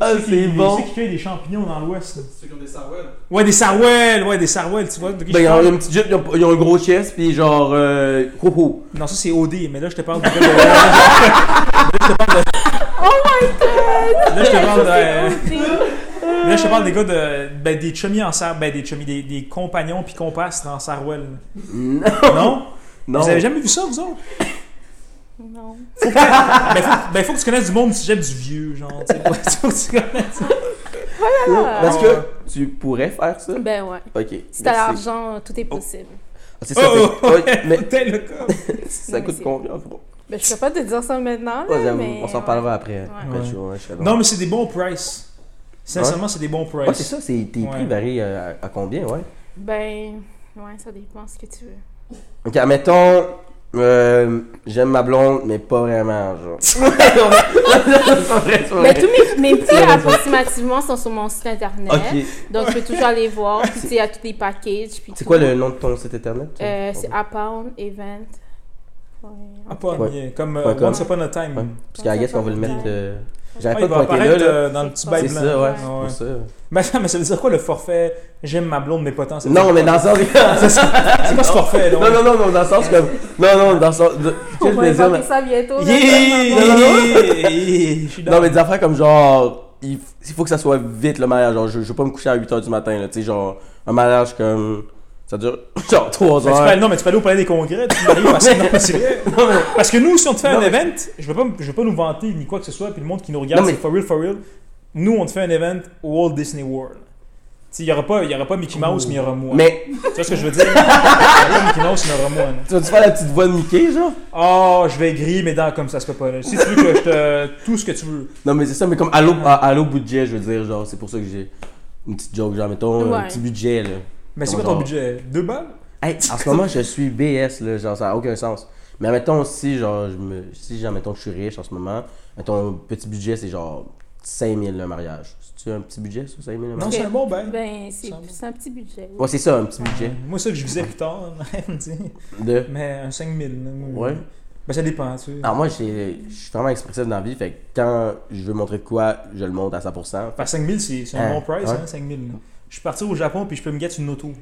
Speaker 3: Ah, c'est
Speaker 1: Les-
Speaker 3: bon.
Speaker 1: Ceux qui cueillent des champignons dans l'Ouest. là.
Speaker 5: Ceux qui ont des sarouels.
Speaker 1: Ouais, des sarouels, ouais, des sarouels, tu vois. de qui
Speaker 3: Ben,
Speaker 1: je
Speaker 3: ils ont
Speaker 1: parle?
Speaker 3: une petite jupe, ils ont, ils ont un gros chest, puis genre. Euh, coco.
Speaker 1: Non, ça c'est OD, mais là je te parle de. là je te parle de. Oh my god! Là je te parle de. Mais Là, je te parle des gars de, ben, des chummies en sarre, ben, des chummies, des, des compagnons puis compasses en sarwell.
Speaker 3: Non.
Speaker 1: Non?
Speaker 3: Non.
Speaker 1: Vous avez jamais vu ça, vous autres?
Speaker 2: Non.
Speaker 1: Ben, faut, ben, faut que tu connaisses du monde si j'aime du vieux, genre, tu sais. Faut que tu connaisses.
Speaker 3: Oh, Parce que tu pourrais faire ça.
Speaker 2: Ah. Ben ouais.
Speaker 3: Ok.
Speaker 2: Si t'as
Speaker 3: merci.
Speaker 2: l'argent, tout est possible.
Speaker 3: Ah, C'est ça,
Speaker 1: Oh,
Speaker 3: fait- ouais, mais
Speaker 1: Tel le cas.
Speaker 3: ça
Speaker 2: Non, mais
Speaker 3: coûte
Speaker 2: c'est-
Speaker 3: combien environ?
Speaker 2: Ben, je peux pas te dire ça maintenant, là,
Speaker 3: Ouais, j'avoue,
Speaker 2: mais...
Speaker 3: on s'en
Speaker 2: ouais.
Speaker 3: parlera après.
Speaker 2: Ouais.
Speaker 3: Ouais, je- ouais, je serais
Speaker 1: Non,
Speaker 3: bon.
Speaker 1: mais c'est des bons prices. Sincèrement, c'est des bons prices.
Speaker 3: Ouais, c'est ça, c'est- tes
Speaker 1: Ouais.
Speaker 3: prix varient euh, à, à combien, ouais.
Speaker 2: Ben, ouais, ça dépend ce que tu veux.
Speaker 3: Ok, admettons, euh, j'aime ma blonde, mais pas vraiment, genre. C'est vrai, c'est
Speaker 2: Ben,
Speaker 3: vrai.
Speaker 2: tous mes, mes prix approximativement sont sur mon site internet,
Speaker 3: Ok,
Speaker 2: donc tu peux toujours aller voir, puis tu sais, il y a tous les packages, puis
Speaker 3: c'est
Speaker 2: tout.
Speaker 3: quoi le nom de ton site internet?
Speaker 2: Euh, c'est Appound Event. Ouais.
Speaker 1: Ah, pas
Speaker 3: Ouais.
Speaker 1: bien. Comme euh,
Speaker 3: Ouais, comme-
Speaker 1: Once Upon a Time.
Speaker 3: Ouais. Parce qu'à guess qu'on va le mettre. euh,
Speaker 1: Ah,
Speaker 3: J'avais
Speaker 1: il
Speaker 3: pas
Speaker 1: va
Speaker 3: de pointer là,
Speaker 1: apparaître
Speaker 3: là.
Speaker 1: euh, dans le petit bail
Speaker 3: C'est
Speaker 1: blanc. Ah,
Speaker 3: ça, ouais.
Speaker 2: Ouais.
Speaker 3: c'est pour
Speaker 1: Ouais.
Speaker 3: ça.
Speaker 1: Mais, attends, mais ça veut dire quoi le forfait J'aime ma blonde, mais pas tant. ça veut
Speaker 3: Non,
Speaker 1: dire
Speaker 3: mais
Speaker 1: quoi?
Speaker 3: dans le sens.
Speaker 1: C'est ça. C'est pas ce forfait, là.
Speaker 3: Non, non, non, non, dans le sens comme. Non, non, dans le sens. de-
Speaker 2: On
Speaker 3: Qu'est-ce que
Speaker 2: va
Speaker 3: je veux dire, mais-
Speaker 2: inventer ça bientôt. là.
Speaker 1: Yeah! Je suis
Speaker 3: Non, mais des affaires comme genre. Il f- il faut que ça soit vite le mariage. Genre, je, je veux pas me coucher à 8h du matin, là. Tu sais, genre, un mariage comme. Ça dure genre 3
Speaker 1: Mais tu peux aller-
Speaker 3: heures.
Speaker 1: non, mais tu peux aller au palais des congrès, tu peux aller parce, que- non, mais c'est vrai. Parce que nous, si on te fait
Speaker 3: Non,
Speaker 1: un
Speaker 3: mais-
Speaker 1: event, je veux, pas, je veux pas nous vanter ni quoi que ce soit, puis le monde qui nous regarde,
Speaker 3: Non, mais-
Speaker 1: c'est for real, for real. Nous, on te fait un event au Walt Disney World. Tu sais, il y aura, pas- il y aura pas Mickey Mouse, mais il y aura moi.
Speaker 3: Mais
Speaker 1: Tu vois ce que je veux dire? Il y aura pas Mickey Mouse, mais il y aura moi. là.
Speaker 3: tu vas-tu faire la petite voix de Mickey, genre
Speaker 1: Oh, je vais griller mes dents comme ça, se peut pas. là. Si tu veux que je te. Tout ce que tu veux.
Speaker 3: Non, mais c'est ça, mais comme allô, à- allô budget, je veux dire, genre, c'est pour ça que j'ai une petite joke, genre, mettons, un
Speaker 2: Ouais.
Speaker 3: petit budget, là.
Speaker 1: Mais c'est quoi ton budget? Deux balles?
Speaker 3: Hey, en ce moment, je suis BS, là, genre, ça n'a aucun sens. Mais admettons, si, genre, je me, si, genre, mettons que je suis riche en ce moment, mettons, un petit budget, c'est genre 5000 le mariage. C'est-tu un petit budget, ça, 5000 le
Speaker 1: Non,
Speaker 3: mariage?
Speaker 1: c'est un bon bail.
Speaker 2: Ben, c'est c'est un petit budget. oui.
Speaker 3: Ouais, c'est ça, un petit budget.
Speaker 1: Moi, ça que je visais plus tard, tu sais.
Speaker 3: De.
Speaker 1: mais un 5000. là, moi.
Speaker 3: Ouais. Ah,
Speaker 1: Ben, ça dépend, tu sais.
Speaker 3: Alors, moi, j'ai- je suis vraiment expressif dans la vie, fait que quand je veux montrer de quoi, je le monte à 100%.
Speaker 1: Faire 5000, c'est c'est un
Speaker 3: Hein,
Speaker 1: bon price,
Speaker 3: ouais.
Speaker 1: hein, 5000. Je suis parti au Japon puis je peux me get une auto.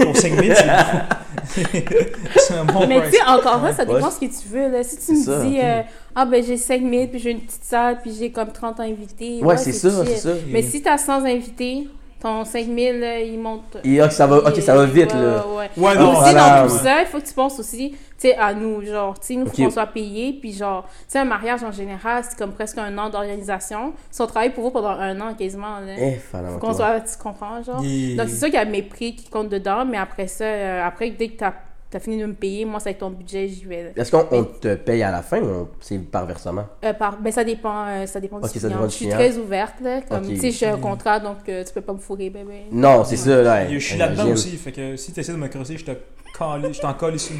Speaker 1: Pour 5000, c'est c'est un bon
Speaker 2: Mais tu
Speaker 1: price.
Speaker 2: sais, encore là, ça dépend
Speaker 3: Ouais.
Speaker 2: ce que tu veux. Là. Si tu
Speaker 3: C'est
Speaker 2: me
Speaker 3: ça.
Speaker 2: dis, euh, ah ben j'ai 5000, puis j'ai une petite salle, puis j'ai comme 30 invités.
Speaker 3: Ouais, c'est ça,
Speaker 2: chill.
Speaker 3: c'est ça.
Speaker 2: Mais si t'as 100 invités, Ton euh, 5000, là, il monte.
Speaker 3: Et ok, ça va, ok,
Speaker 2: Il-
Speaker 3: ça va
Speaker 2: il
Speaker 3: vite,
Speaker 2: va-
Speaker 3: là.
Speaker 2: Ouais.
Speaker 1: Ouais,
Speaker 2: Puis
Speaker 1: non,
Speaker 2: aussi,
Speaker 3: Ah, voilà,
Speaker 2: dans tout
Speaker 1: ouais.
Speaker 2: ça, il faut que tu penses aussi, tu sais, à nous, genre, tu sais, nous, faut
Speaker 3: Ok.
Speaker 2: qu'on soit payés, puis genre, tu sais, un mariage, en général, c'est comme presque un an d'organisation. Si on travaille pour vous pendant un an, quasiment, là,
Speaker 3: Eh, fallait
Speaker 2: faut qu'on soit, tu comprends, genre.
Speaker 1: Il-
Speaker 2: Donc, c'est sûr qu'il y a mes prix qui comptent dedans, mais après ça, euh, après, dès que t'as as fini de me payer, moi, c'est avec ton budget, j'y vais. là.
Speaker 3: Est-ce qu'on on te paye à la fin ou on- c'est par versement?
Speaker 2: Euh, par... Ben, ça dépend, euh, ça dépend du
Speaker 3: Ok, ça
Speaker 2: client.
Speaker 3: dépend du
Speaker 2: Je suis
Speaker 3: client.
Speaker 2: très ouverte, là, comme,
Speaker 3: Ok.
Speaker 2: tu sais, j'ai un contrat, donc euh, tu peux pas me fourrer, bébé.
Speaker 3: Non, c'est ça, là.
Speaker 1: Je suis
Speaker 3: hey,
Speaker 1: là-dedans
Speaker 3: imagine.
Speaker 1: aussi, fait que si t'essaies de me crosser, je te colle, je t'en colle ici.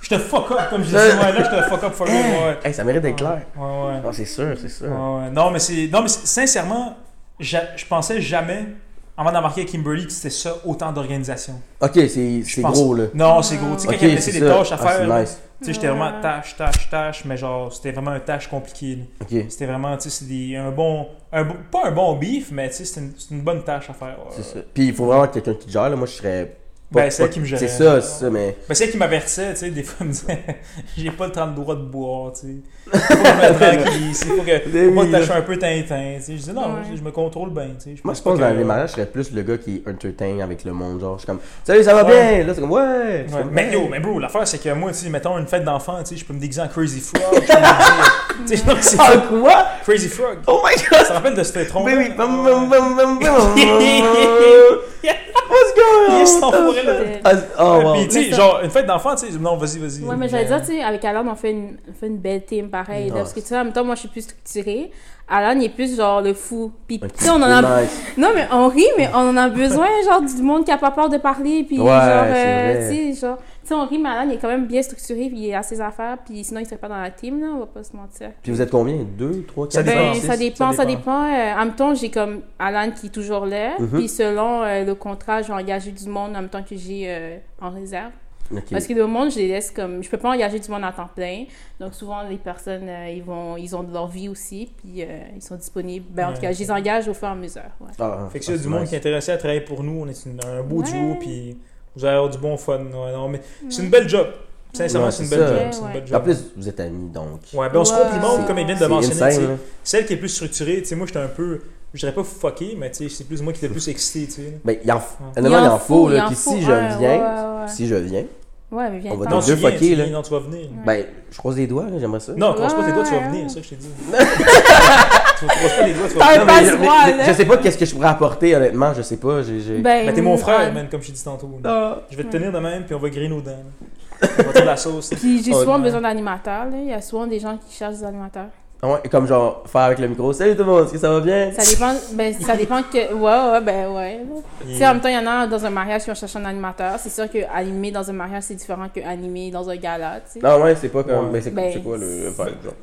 Speaker 1: Je te fuck up, comme je disais, ouais, là, je te fuck up, fuck up, ouais.
Speaker 3: Hey, ça mérite d'être clair.
Speaker 1: Ouais, ouais.
Speaker 3: Non, c'est sûr, c'est sûr.
Speaker 1: Ouais, ouais. Non, mais c'est. Non, mais c'est- sincèrement, j'a- je pensais jamais, avant d'embarquer à Kimberly, que c'était ça, autant d'organisation.
Speaker 3: Ok, c'est
Speaker 1: Je
Speaker 3: c'est
Speaker 1: pense-
Speaker 3: gros, là.
Speaker 1: Non, c'est gros. Tu sais,
Speaker 3: Ok,
Speaker 1: quand il y avait
Speaker 3: c'est
Speaker 1: des
Speaker 3: ça.
Speaker 1: tâches à
Speaker 3: Ah,
Speaker 1: faire,
Speaker 3: c'est
Speaker 1: là,
Speaker 3: nice.
Speaker 1: tu sais, j'étais vraiment tâche, tâche, tâche, mais genre, c'était vraiment une tâche compliquée. là.
Speaker 3: Ok.
Speaker 1: C'était vraiment, tu sais, c'est des- un bon. un bon- pas un bon beef, mais tu sais, c'est une, c'est une bonne tâche à faire. ouais.
Speaker 3: C'est ça. Puis il faut vraiment quelqu'un qui te gère. Là. Moi, je serais.
Speaker 1: Ben, c'est elle qui me gérait.
Speaker 3: C'est ça, c'est ça, mais.
Speaker 1: Mais c'est elle qui m'avertissait, tu sais, des fois, elle me disait, j'ai pas le temps de droit de boire, tu sais. Faut que je me tranquille, c'est faut que.
Speaker 3: Ben
Speaker 1: Faut pas
Speaker 3: oui,
Speaker 1: que
Speaker 3: là.
Speaker 1: t'achètes un peu tintin, tu sais. Je disais, non,
Speaker 2: Ouais.
Speaker 1: je, je me contrôle bien, tu sais.
Speaker 3: Moi, je
Speaker 1: pas
Speaker 3: pense que dans
Speaker 1: que- euh,
Speaker 3: les mariages, je serais plus le gars qui entertain avec le monde. Genre, je suis comme, salut, ça va
Speaker 1: Ouais.
Speaker 3: bien? Là, c'est comme, ouais.
Speaker 1: Ouais, Mais yo, mais bro, l'affaire c'est que moi, tu sais, mettons une fête d'enfant, tu sais, je peux me déguiser en Crazy Frog. je peux me dire- Tu sais, non, c'est
Speaker 3: Ah, quoi?
Speaker 1: Crazy Frog.
Speaker 3: Oh my god!
Speaker 1: Ça te rappelle de ce pétron?
Speaker 3: Baby!
Speaker 1: là?
Speaker 3: Bum, bum, bum, bum, bum.
Speaker 1: Yeah.
Speaker 3: Let's go!
Speaker 1: Yes, t'en fourrais, là.
Speaker 3: Ah, Oh,
Speaker 1: Ouais,
Speaker 3: wow.
Speaker 1: Puis, tu sais,
Speaker 2: Mais ça-
Speaker 1: genre, une fête d'enfant, tu sais, non, vas-y,
Speaker 3: Mm.
Speaker 1: vas-y.
Speaker 2: Ouais, mais j'allais
Speaker 3: Euh.
Speaker 2: dire, tu sais, avec Alan, on fait une, on fait une belle team pareil. là,
Speaker 3: Ouais.
Speaker 2: parce que tu sais, en même temps, moi, je suis plus structurée. Alan, il est plus genre le fou. Puis,
Speaker 3: Ok,
Speaker 2: tu sais, on en a.
Speaker 3: nice.
Speaker 2: Non, mais on rit, mais on en a besoin, genre, du monde qui a pas peur de parler. Puis,
Speaker 3: Ouais,
Speaker 2: genre,
Speaker 3: c'est
Speaker 2: euh,
Speaker 3: vrai.
Speaker 2: tu sais, genre. Tu sais, on rit, mais Alan, il est quand même bien structuré, puis il a ses affaires. Puis, sinon, il serait pas dans la team, là, on va pas se mentir.
Speaker 3: Puis vous êtes combien? Deux, trois,
Speaker 1: Ça
Speaker 3: quatre,
Speaker 2: Ben,
Speaker 1: dépend,
Speaker 3: cinq,
Speaker 2: ça
Speaker 3: six?
Speaker 2: dépend,
Speaker 1: ça
Speaker 2: ça
Speaker 1: dépend.
Speaker 2: dépend. Euh, en même temps, j'ai comme Alan qui est toujours là.
Speaker 3: Mhm.
Speaker 2: Puis selon euh, le contrat, je vais engager du monde en même temps que j'ai euh, en réserve.
Speaker 3: Ok.
Speaker 2: Parce que le monde, je les laisse comme. Je peux pas engager du monde à temps plein. Donc souvent, les personnes, euh, ils, vont, ils ont de leur vie aussi. Puis euh, ils sont disponibles. Ben, en tout cas, je les engage au fur et à mesure. ouais.
Speaker 3: Ah,
Speaker 1: euh, Fait que
Speaker 3: ah,
Speaker 1: s'il y a
Speaker 3: c'est
Speaker 1: du monde
Speaker 3: nice.
Speaker 1: qui est intéressé à travailler pour nous, on est une- un beau
Speaker 2: Ouais.
Speaker 1: duo, puis vous allez avoir du bon fun. Ouais, non, mais c'est une belle job. Sincèrement,
Speaker 3: Ouais,
Speaker 1: c'est une
Speaker 3: c'est
Speaker 1: belle
Speaker 3: ça.
Speaker 1: job. C'est une belle
Speaker 3: En
Speaker 1: job.
Speaker 3: plus, vous êtes amis donc.
Speaker 1: Ouais, ben on se
Speaker 2: Ouais.
Speaker 1: complimente, comme il vient de
Speaker 3: C'est
Speaker 1: le mentionner. tu sais.
Speaker 3: insane. hein. là.
Speaker 1: Celle qui est plus structurée, tu sais, moi j'étais un peu, je dirais pas fucké, mais tu sais, c'est plus moi qui étais le plus excité, tu sais.
Speaker 3: Ben, il en
Speaker 1: Ouais.
Speaker 3: faut. Il en faut,
Speaker 2: il
Speaker 3: là.
Speaker 2: en
Speaker 3: Puis
Speaker 2: faut,
Speaker 3: si
Speaker 2: ouais,
Speaker 3: je
Speaker 2: ouais,
Speaker 3: viens,
Speaker 2: ouais.
Speaker 3: si je viens,
Speaker 2: Ouais, mais viens
Speaker 3: On va
Speaker 2: t'en.
Speaker 1: Non,
Speaker 3: Donc,
Speaker 1: tu
Speaker 3: deux
Speaker 1: viens,
Speaker 3: fuckés,
Speaker 1: tu
Speaker 3: là.
Speaker 1: viens, non, tu vas venir.
Speaker 3: ben, je croise les doigts, là, j'aimerais ça.
Speaker 1: Non, croise pas tes doigts, tu vas
Speaker 2: Ouais.
Speaker 1: venir, c'est ça que je t'ai dit. tu croises pas les doigts, tu vas
Speaker 2: T'as
Speaker 1: venir.
Speaker 2: un passe
Speaker 3: je,
Speaker 2: droit, là.
Speaker 3: je sais pas qu'est-ce que je pourrais apporter, honnêtement, je sais pas. J'ai, j'ai...
Speaker 2: Ben,
Speaker 1: Mais t'es mon frère,
Speaker 2: euh,
Speaker 1: man, Ah. comme je t'ai dit tantôt. là.
Speaker 3: Ah.
Speaker 1: Je vais te tenir de même, puis on va griller nos dents. là. On va tirer la sauce. là.
Speaker 2: Puis j'ai
Speaker 1: Oh,
Speaker 2: souvent
Speaker 1: ouais.
Speaker 2: besoin d'animateurs. là. Il y a souvent des gens qui cherchent des animateurs.
Speaker 3: Ah Ouais, comme genre, faire avec le micro, salut tout le monde, est-ce que ça va bien?
Speaker 2: Ça dépend, ben, ça dépend que. Ouais, ouais, ben, ouais. Tu sais, en
Speaker 1: Yeah.
Speaker 2: même temps, il y en a dans un mariage qui vont chercher un animateur. C'est sûr que animer dans un mariage, c'est différent que animer dans un gala, tu sais.
Speaker 3: Non, ouais, c'est pas comme.
Speaker 1: Ouais.
Speaker 3: Mais c'est,
Speaker 2: Ben,
Speaker 3: c'est quoi le le vibe, genre?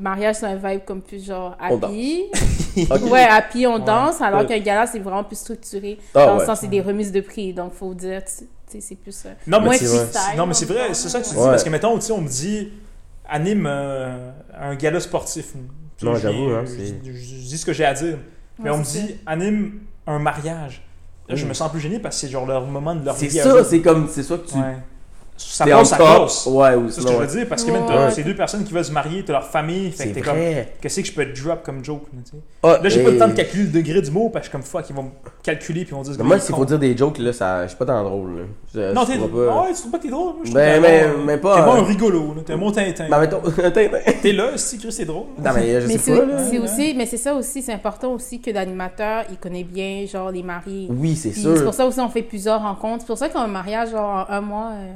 Speaker 2: Mariage, c'est un vibe comme plus genre
Speaker 3: On danse.
Speaker 2: happy.
Speaker 3: Ok.
Speaker 2: Ben, Ouais, happy, on
Speaker 1: Ouais.
Speaker 2: danse, alors
Speaker 3: Ouais.
Speaker 2: qu'un gala, c'est vraiment plus structuré.
Speaker 3: Ah,
Speaker 2: dans
Speaker 3: ouais.
Speaker 2: le sens, c'est des remises de prix. Donc, faut dire, tu tu sais, c'est plus. euh,
Speaker 1: Non,
Speaker 2: moins
Speaker 1: mais
Speaker 3: c'est vrai.
Speaker 2: freestyle,
Speaker 1: Non, mais c'est
Speaker 2: dans le
Speaker 1: vrai,
Speaker 2: fond,
Speaker 1: c'est ça que tu dis.
Speaker 3: Ouais.
Speaker 1: Parce que, mettons, tu sais, on me dit, anime euh, un gala sportif. Tu sais,
Speaker 3: Non,
Speaker 1: je
Speaker 3: j'avoue,
Speaker 1: viens-
Speaker 3: hein,
Speaker 1: je-
Speaker 3: c'est-
Speaker 1: je je dis ce que j'ai à dire. Mais
Speaker 2: Ouais,
Speaker 1: on me
Speaker 2: c'est
Speaker 1: dit, anime un mariage. Là, je
Speaker 3: Mm.
Speaker 1: me sens plus gêné parce que c'est genre leur moment de leur
Speaker 3: C'est
Speaker 1: vie. à
Speaker 3: ça,
Speaker 1: eux.
Speaker 3: c'est comme. C'est soit que tu.
Speaker 1: Ouais. Ça
Speaker 3: t'es
Speaker 1: passe, ça
Speaker 3: encore-
Speaker 1: passe.
Speaker 3: Ouais, ou
Speaker 1: C'est ce que
Speaker 3: sinon.
Speaker 1: je veux
Speaker 3: ouais.
Speaker 1: dire, parce que même
Speaker 2: Ouais.
Speaker 1: t'as ces deux personnes qui veulent se marier, t'as leur famille, fait
Speaker 3: C'est
Speaker 1: que t'es comme,
Speaker 3: vrai.
Speaker 1: qu'est-ce que je peux drop comme joke, là, tu sais.
Speaker 3: Ah,
Speaker 1: Là, j'ai pas le
Speaker 3: hey.
Speaker 1: temps de calculer le degré du mot, parce que je suis comme, fuck, ils vont calculer, puis on dit,
Speaker 3: Mais moi, s'il faut dire des jokes, là, ça, je suis pas dans le drôle. Là. Je-
Speaker 1: Non,
Speaker 3: je
Speaker 1: t'es.
Speaker 3: pourrais pas-
Speaker 1: Ouais, tu trouves pas que t'es drôle, moi, je
Speaker 3: Ben,
Speaker 1: trouve que t'es
Speaker 3: mais-
Speaker 1: bon,
Speaker 3: mais
Speaker 1: euh,
Speaker 3: pas-
Speaker 1: T'es pas un rigolo, là, t'es un mon tintin.
Speaker 3: Ben, mettons, attends, attends.
Speaker 1: T'es là, si Chris, t'es drôle.
Speaker 3: Non, mais euh, je
Speaker 2: Mais
Speaker 3: sais pas,
Speaker 2: c'est
Speaker 3: là.
Speaker 2: c'est
Speaker 1: Ouais.
Speaker 2: aussi, mais c'est ça aussi, c'est important aussi que l'animateur, il connaît bien, genre, les maris.
Speaker 3: Oui, c'est
Speaker 2: Puis C'est
Speaker 3: sûr.
Speaker 2: pour ça aussi on fait plusieurs rencontres. C'est pour ça qu'un mariage, genre, en un mois, euh,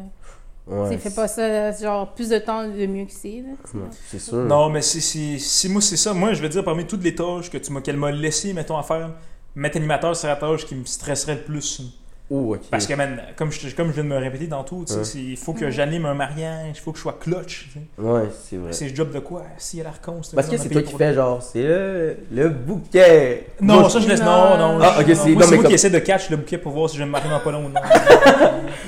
Speaker 3: Ouais,
Speaker 2: tu sais, fais pas ça, là, genre, plus de temps, le mieux que c'est. là, tu sais.
Speaker 3: Ouais, C'est sûr.
Speaker 1: Non, mais si, si, si moi c'est ça, moi je veux dire parmi toutes les tâches que tu m'as qu'elle m'a laissé, mettons, à faire, mettre animateur c'est la tâche qui me stresserait le plus.
Speaker 3: Oh, ok.
Speaker 1: Parce que man, comme je, comme je viens de me répéter dans tout, tu sais,
Speaker 3: Ouais.
Speaker 1: c'est- il faut que j'anime un mariage, il faut que je sois clutch. tu sais.
Speaker 3: Ouais, c'est vrai.
Speaker 1: C'est le job de quoi? Si elle a reconce,
Speaker 3: Parce que
Speaker 1: on a
Speaker 3: c'est toi
Speaker 1: payé
Speaker 3: qui
Speaker 1: pour-
Speaker 3: fais genre, c'est le, le bouquet.
Speaker 1: Non,
Speaker 3: Moi,
Speaker 1: ça je laisse. Non,
Speaker 2: Non.
Speaker 1: non.
Speaker 3: Ah,
Speaker 1: je-
Speaker 3: ok,
Speaker 1: non. Moi,
Speaker 3: c'est- non,
Speaker 1: c'est
Speaker 3: mais
Speaker 1: moi qui
Speaker 3: comme-
Speaker 1: essaie de catch le bouquet pour voir si je vais me marier dans pas long ou non.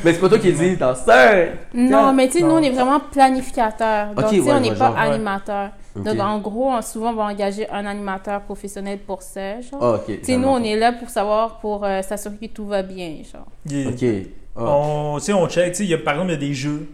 Speaker 3: Mais c'est pas toi qui dis, t'en sers.
Speaker 2: Non, mais tu sais, nous,
Speaker 1: Non.
Speaker 2: on est vraiment planificateur. Donc,
Speaker 3: Ok,
Speaker 2: tu sais,
Speaker 3: ouais,
Speaker 2: on n'est
Speaker 3: ouais,
Speaker 2: pas
Speaker 3: genre, ouais.
Speaker 2: animateur.
Speaker 3: Ok.
Speaker 2: Donc, en gros, on- souvent, on va engager un animateur professionnel pour ça, genre.
Speaker 3: Ah, ok.
Speaker 2: tu sais, nous, on est là pour savoir, pour euh, s'assurer que tout va bien, genre.
Speaker 1: Yeah.
Speaker 3: Ok. Ah.
Speaker 1: On, tu sais, on check, tu sais, il y a- par exemple, il y a des jeux,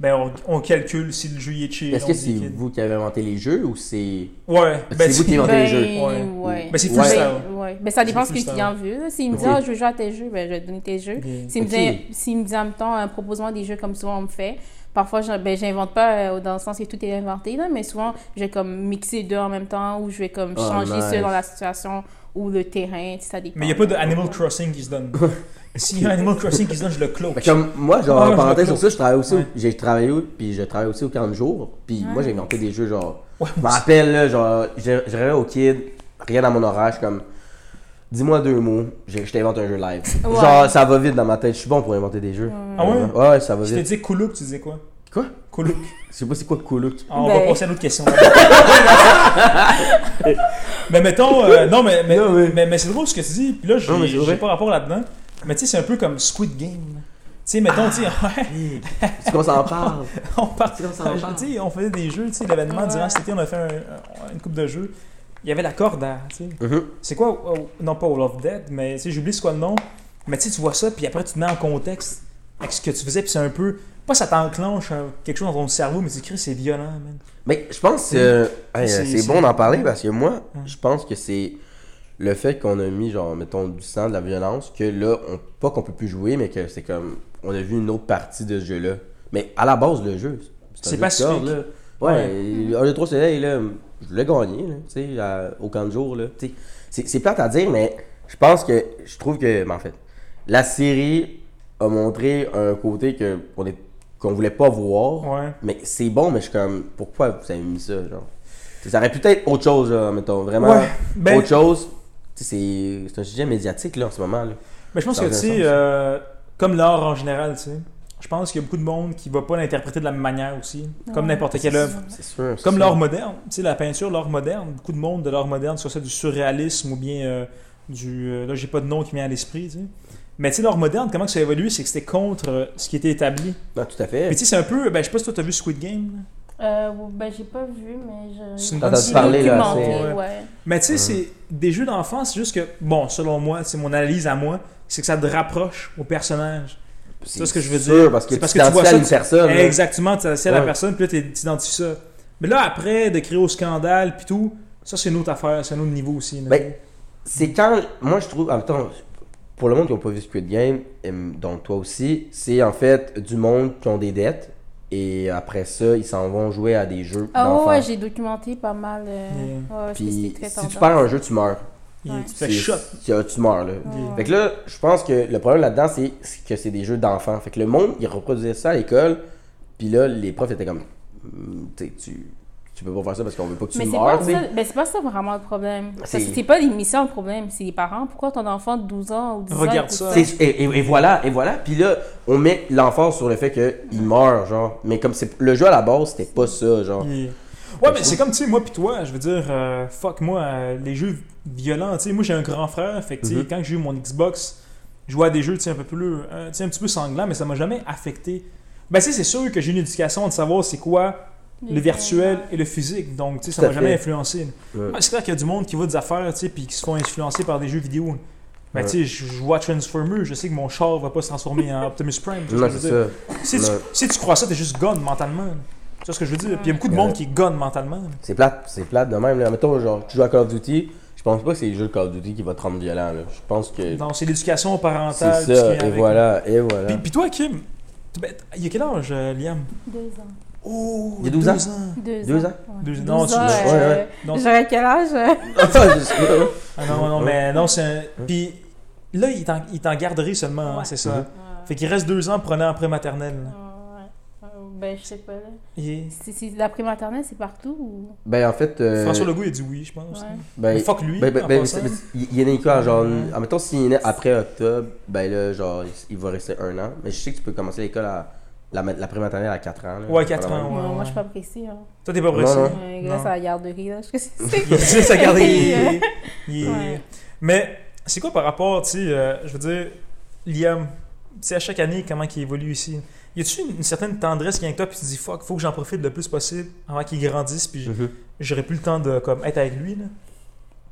Speaker 1: ben on, on calcule si le jeu il est chill.
Speaker 3: Est-ce que
Speaker 1: on dit
Speaker 3: c'est
Speaker 1: qu'il-
Speaker 3: vous qui avez inventé les jeux ou c'est.
Speaker 1: Ouais, ben
Speaker 3: c'est vous
Speaker 1: tu-
Speaker 3: qui inventez les jeux.
Speaker 1: Ouais.
Speaker 2: ouais.
Speaker 1: Ben, c'est
Speaker 3: Ouais.
Speaker 1: freestyle.
Speaker 2: Ouais, Ouais. Ben, ça dépend
Speaker 1: C'est
Speaker 2: ce que le
Speaker 1: plus
Speaker 2: client veut. là. S'il me dit,
Speaker 6: Ok.
Speaker 2: Ah, je veux jouer à tes jeux, ben, je vais te donner tes jeux.
Speaker 1: Bien.
Speaker 2: S'il me,
Speaker 3: Ok.
Speaker 2: dit- s'il me dit en même temps, euh, propose-moi des jeux comme souvent on me fait. Parfois, je ben, j'invente pas euh, dans le sens que tout est inventé, là, mais souvent, je vais comme mixer les deux en même temps ou je vais comme
Speaker 3: Oh,
Speaker 2: changer selon
Speaker 3: nice.
Speaker 2: la situation ou le terrain, tu sais, ça dépend.
Speaker 1: Mais il n'y a pas de Animal Crossing qui se donne. S'il y a un Animal Crossing qui se donne, je le close.
Speaker 3: Mais Ben, Comme moi, genre,
Speaker 1: Ouais,
Speaker 3: en parenthèse
Speaker 1: je me
Speaker 3: sur ça, je travaille aussi,
Speaker 1: Ouais.
Speaker 3: j'ai travaillé, au- puis je travaille aussi au 40 jours, puis moi, j'ai inventé des jeux, genre,
Speaker 1: Ouais,
Speaker 3: je me rappelle, là, genre, je je rêvais au kid, rien à mon horaire, je suis comme, dis-moi deux mots, je, je t'invente un jeu live.
Speaker 2: Ouais.
Speaker 3: Genre, ça va vite dans ma tête, je suis bon pour inventer des jeux.
Speaker 1: Ah ouais?
Speaker 3: Ouais, ouais, ça va
Speaker 1: Si tu
Speaker 3: vite.
Speaker 1: disais Koulouk, tu disais quoi
Speaker 3: Quoi?
Speaker 1: Koulouk.
Speaker 3: Je sais pas c'est quoi Koulouk.
Speaker 1: Ah, on va
Speaker 2: Ben.
Speaker 1: passer à l'autre question. mais mettons, euh, non, mais, mais,
Speaker 3: Non, mais-
Speaker 1: mais, mais c'est drôle ce que tu dis. Puis là,
Speaker 3: Non, mais c'est
Speaker 1: j'ai
Speaker 3: vrai.
Speaker 1: j'ai pas rapport là-dedans. Mais tu sais, c'est un peu comme Squid Game. Tu sais, mettons, tu sais, ouais,
Speaker 3: C'est qu'on s'en parle.
Speaker 1: on part-
Speaker 3: C'est comme ça, on parle.
Speaker 1: tu sais, on faisait des jeux, tu sais, l'événement
Speaker 2: Ouais.
Speaker 1: durant cet été, on a fait un- une coupe de jeux. Il y avait la corde à, tu sais.
Speaker 3: Mhm.
Speaker 1: C'est quoi, oh, non pas All of Dead, mais tu sais, j'oublie c'est quoi le nom. Mais tu sais, tu vois ça, puis après tu te mets en contexte avec ce que tu faisais, puis c'est un peu, pas ça t'enclenche hein, quelque chose dans ton cerveau, mais tu crées c'est violent, man.
Speaker 3: Mais je pense que euh, hey,
Speaker 1: Mm. C'est-
Speaker 3: euh, c'est
Speaker 1: c'est-
Speaker 3: bon d'en parler parce que moi,
Speaker 1: Hum.
Speaker 3: je pense que c'est le fait qu'on a mis, genre, mettons, du sang, de la violence, que là, on, pas qu'on peut plus jouer, mais que c'est comme, on a vu une autre partie de ce jeu-là. Mais à la base, le jeu, un
Speaker 1: C'est
Speaker 3: jeu de
Speaker 1: pacifique.
Speaker 3: corde, là. Ouais, un 2 3 soleil, là, je l'ai gagné, là, tu sais, à- au camp de jour, là. tu sais. C'est c'est plate à dire, mais je pense que, je trouve que, mais en fait, la série a montré un côté que on est- qu'on voulait pas voir.
Speaker 1: Ouais.
Speaker 3: Mais c'est bon, mais je suis comme, pourquoi vous avez mis ça, genre? T'sais, ça aurait pu être autre chose, là, mettons, vraiment
Speaker 1: Ouais, ben-
Speaker 3: autre chose. T'sais, C'est c'est un sujet médiatique, là, en ce moment, là.
Speaker 1: Mais ben, je pense
Speaker 3: Ça
Speaker 1: que,
Speaker 3: a
Speaker 1: tu
Speaker 3: un
Speaker 1: sais,
Speaker 3: sens.
Speaker 1: euh, comme l'art en général, tu sais, je pense qu'il y a beaucoup de monde qui va pas l'interpréter de la même manière aussi, comme
Speaker 2: Ouais.
Speaker 1: n'importe quelle œuvre.
Speaker 3: C'est sûr. c'est
Speaker 1: Comme
Speaker 3: sûr.
Speaker 1: l'art moderne, tu sais, la peinture, l'art moderne, beaucoup de monde de l'art moderne, soit ça du surréalisme ou bien euh, du. euh, là, j'ai pas de nom qui me vient à l'esprit, tu sais. Mais tu sais, l'art moderne, comment que ça a évolué, c'est que c'était contre euh, ce qui était établi.
Speaker 3: Non, tout à fait.
Speaker 1: Mais tu sais, c'est un peu. Ben, je sais pas si toi t'as vu Squid Game. là.
Speaker 2: Euh, ben, j'ai pas vu, mais je.
Speaker 1: C'est une
Speaker 3: T'as
Speaker 1: bonne série.
Speaker 3: entendu parler, là,
Speaker 2: Documenté,
Speaker 3: c'est-
Speaker 2: ouais.
Speaker 1: Mais tu sais, c'est des jeux d'enfance, c'est juste que, bon, selon moi, c'est mon analyse à moi, c'est que ça te rapproche au personnage.
Speaker 3: C'est
Speaker 1: ça, ce que je veux
Speaker 3: sûr,
Speaker 1: dire.
Speaker 3: parce que
Speaker 1: C'est
Speaker 3: tu
Speaker 1: parce que tu vois
Speaker 3: t'identifies à
Speaker 1: ça,
Speaker 3: une
Speaker 1: tu-
Speaker 3: personne. là.
Speaker 1: Exactement, tu assis à la
Speaker 3: Ouais.
Speaker 1: personne, puis là, t'es- t'identifies ça. Mais là, après, de créer au scandale, puis tout, ça, c'est une autre affaire, c'est un autre niveau aussi. là.
Speaker 3: Ben, C'est quand, moi, je trouve, en même temps, pour le monde qui n'a pas vu Squid Game, et donc toi aussi, c'est en fait du monde qui ont des dettes. Et après ça, ils s'en vont jouer à des jeux
Speaker 2: Ah ouais,
Speaker 3: d'enfants.
Speaker 2: ouais, j'ai documenté pas mal. euh,
Speaker 1: Yeah.
Speaker 2: ouais, parce que
Speaker 3: Puis
Speaker 2: c'était très
Speaker 3: si tu
Speaker 2: tendance.
Speaker 3: perds un jeu, tu meurs.
Speaker 1: Il-
Speaker 2: ouais.
Speaker 1: Tu te fais
Speaker 3: C'est-
Speaker 1: shot.
Speaker 3: c'est- Tu meurs, là.
Speaker 2: Ouais.
Speaker 3: Fait que là, je pense que le problème là-dedans, c'est que c'est des jeux d'enfants. Fait que le monde, il reproduisait ça à l'école. Puis là, les profs étaient comme, Hum, tu sais, tu, tu peux pas faire ça parce qu'on veut pas que tu
Speaker 2: Mais c'est
Speaker 3: meurs,
Speaker 2: pas,
Speaker 3: tu sais.
Speaker 2: ça, ben, c'est pas ça vraiment le problème. Parce que
Speaker 3: C'est-
Speaker 2: C'est pas les missions le problème, c'est les parents. Pourquoi ton enfant de 12 ans ou 10 ans
Speaker 1: Regarde
Speaker 2: écoute
Speaker 1: ça.
Speaker 3: C'est- Et, et- et voilà, et voilà. Puis là, on met l'enfance sur le fait qu'il meurt, genre. Mais comme c'est le jeu à la base, c'était pas ça, genre.
Speaker 1: Il- Ouais, mais c'est comme, tu sais, moi puis toi, je veux dire, euh, fuck, moi, euh, les jeux violents, tu sais, moi j'ai un grand frère, fait que, tu sais,
Speaker 3: Mhm.
Speaker 1: quand j'ai eu mon Xbox, je jouais à des jeux, tu sais, un peu plus, euh, tu sais, un petit peu sanglants, mais ça m'a jamais affecté. Ben, tu sais, c'est sûr que j'ai une éducation de savoir c'est quoi le virtuel et le physique, donc, tu sais, ça
Speaker 3: Tout à
Speaker 1: m'a jamais
Speaker 3: fait. Euh.
Speaker 1: influencé.
Speaker 3: Ouais.
Speaker 1: Ouais, C'est clair qu'il y a du monde qui voit des affaires, tu sais, puis qui se font influencer par des jeux vidéo. Ben,
Speaker 3: Ouais.
Speaker 1: tu sais, je je vois Transformers, je sais que mon char va pas se transformer en Optimus Prime. tu sais ce
Speaker 3: Non,
Speaker 1: que je
Speaker 3: c'est
Speaker 1: veux dire.
Speaker 3: ça.
Speaker 1: Si,
Speaker 3: Ouais.
Speaker 1: tu, si tu crois ça, t'es juste gone mentalement. Tu vois ce que je veux dire? Puis il y a beaucoup de monde
Speaker 3: Ouais.
Speaker 1: qui est gone mentalement.
Speaker 3: C'est plate, c'est plate de même. Là. Mettons, genre, tu joues à Call of Duty, je pense pas que c'est le jeu de Call of Duty qui va te rendre violent, là. Je pense que
Speaker 1: Non, c'est l'éducation parentale.
Speaker 3: c'est
Speaker 1: tout ce qui
Speaker 3: ça.
Speaker 1: est
Speaker 3: Et
Speaker 1: avec.
Speaker 3: voilà, et voilà.
Speaker 1: Puis, puis toi, Kim, tu- ben, il y a quel âge, euh, Liam?
Speaker 2: Deux ans.
Speaker 1: Oh,
Speaker 3: Il y a 12 ans.
Speaker 2: Deux,
Speaker 3: Deux ans?
Speaker 2: ans. Ouais.
Speaker 1: Deux- non, tu-
Speaker 3: ouais, ouais.
Speaker 1: Non,
Speaker 2: J'aurais quel âge?
Speaker 1: Ah non, non, mais non, c'est un... Puis là, il est en, il est en garderie seulement, hein,
Speaker 2: Ouais.
Speaker 1: c'est ça.
Speaker 3: Mhm.
Speaker 1: Fait qu'il reste deux ans prenant après maternelle.
Speaker 2: Ben, je sais pas. là.
Speaker 1: Et-
Speaker 2: C'est- c'est- La pré-maternelle, c'est partout ou...
Speaker 3: Ben, en fait. euh,
Speaker 1: François Legault, il a dit oui, je pense.
Speaker 2: Ouais.
Speaker 3: ben,
Speaker 1: Mais fuck lui,
Speaker 3: Ben, ben,
Speaker 1: en
Speaker 3: ben,
Speaker 1: passant.
Speaker 3: c'est- ben, il il est né quoi, genre, en mettant s'il est né après octobre, ben là, genre, il- il va rester un an. Mais je sais que tu peux commencer l'école à la, ma- la maternelle à 4 ans.
Speaker 1: Ouais,
Speaker 3: là. C'est pas
Speaker 1: 4
Speaker 3: la même.
Speaker 1: ans.
Speaker 2: Moi,
Speaker 1: ouais,
Speaker 2: moi,
Speaker 1: ouais.
Speaker 2: je suis pas pressée. Hein.
Speaker 1: Toi, t'es pas
Speaker 3: Non,
Speaker 1: pressé.
Speaker 3: non.
Speaker 2: Euh, grâce
Speaker 1: Non.
Speaker 2: à la garderie, là, je sais que c'est-
Speaker 1: Il est juste à garder. il est- il est-
Speaker 2: Ouais.
Speaker 1: Mais c'est quoi par rapport, tu sais, euh, je veux dire, Liam, tu sais, à chaque année, comment il évolue ici Y a-tu une, une certaine tendresse qui vient avec toi, puis tu te dis, fuck, faut que j'en profite le plus possible avant qu'il grandisse, puis j-
Speaker 3: Mhm.
Speaker 1: j'aurai plus le temps de comme, être avec lui, là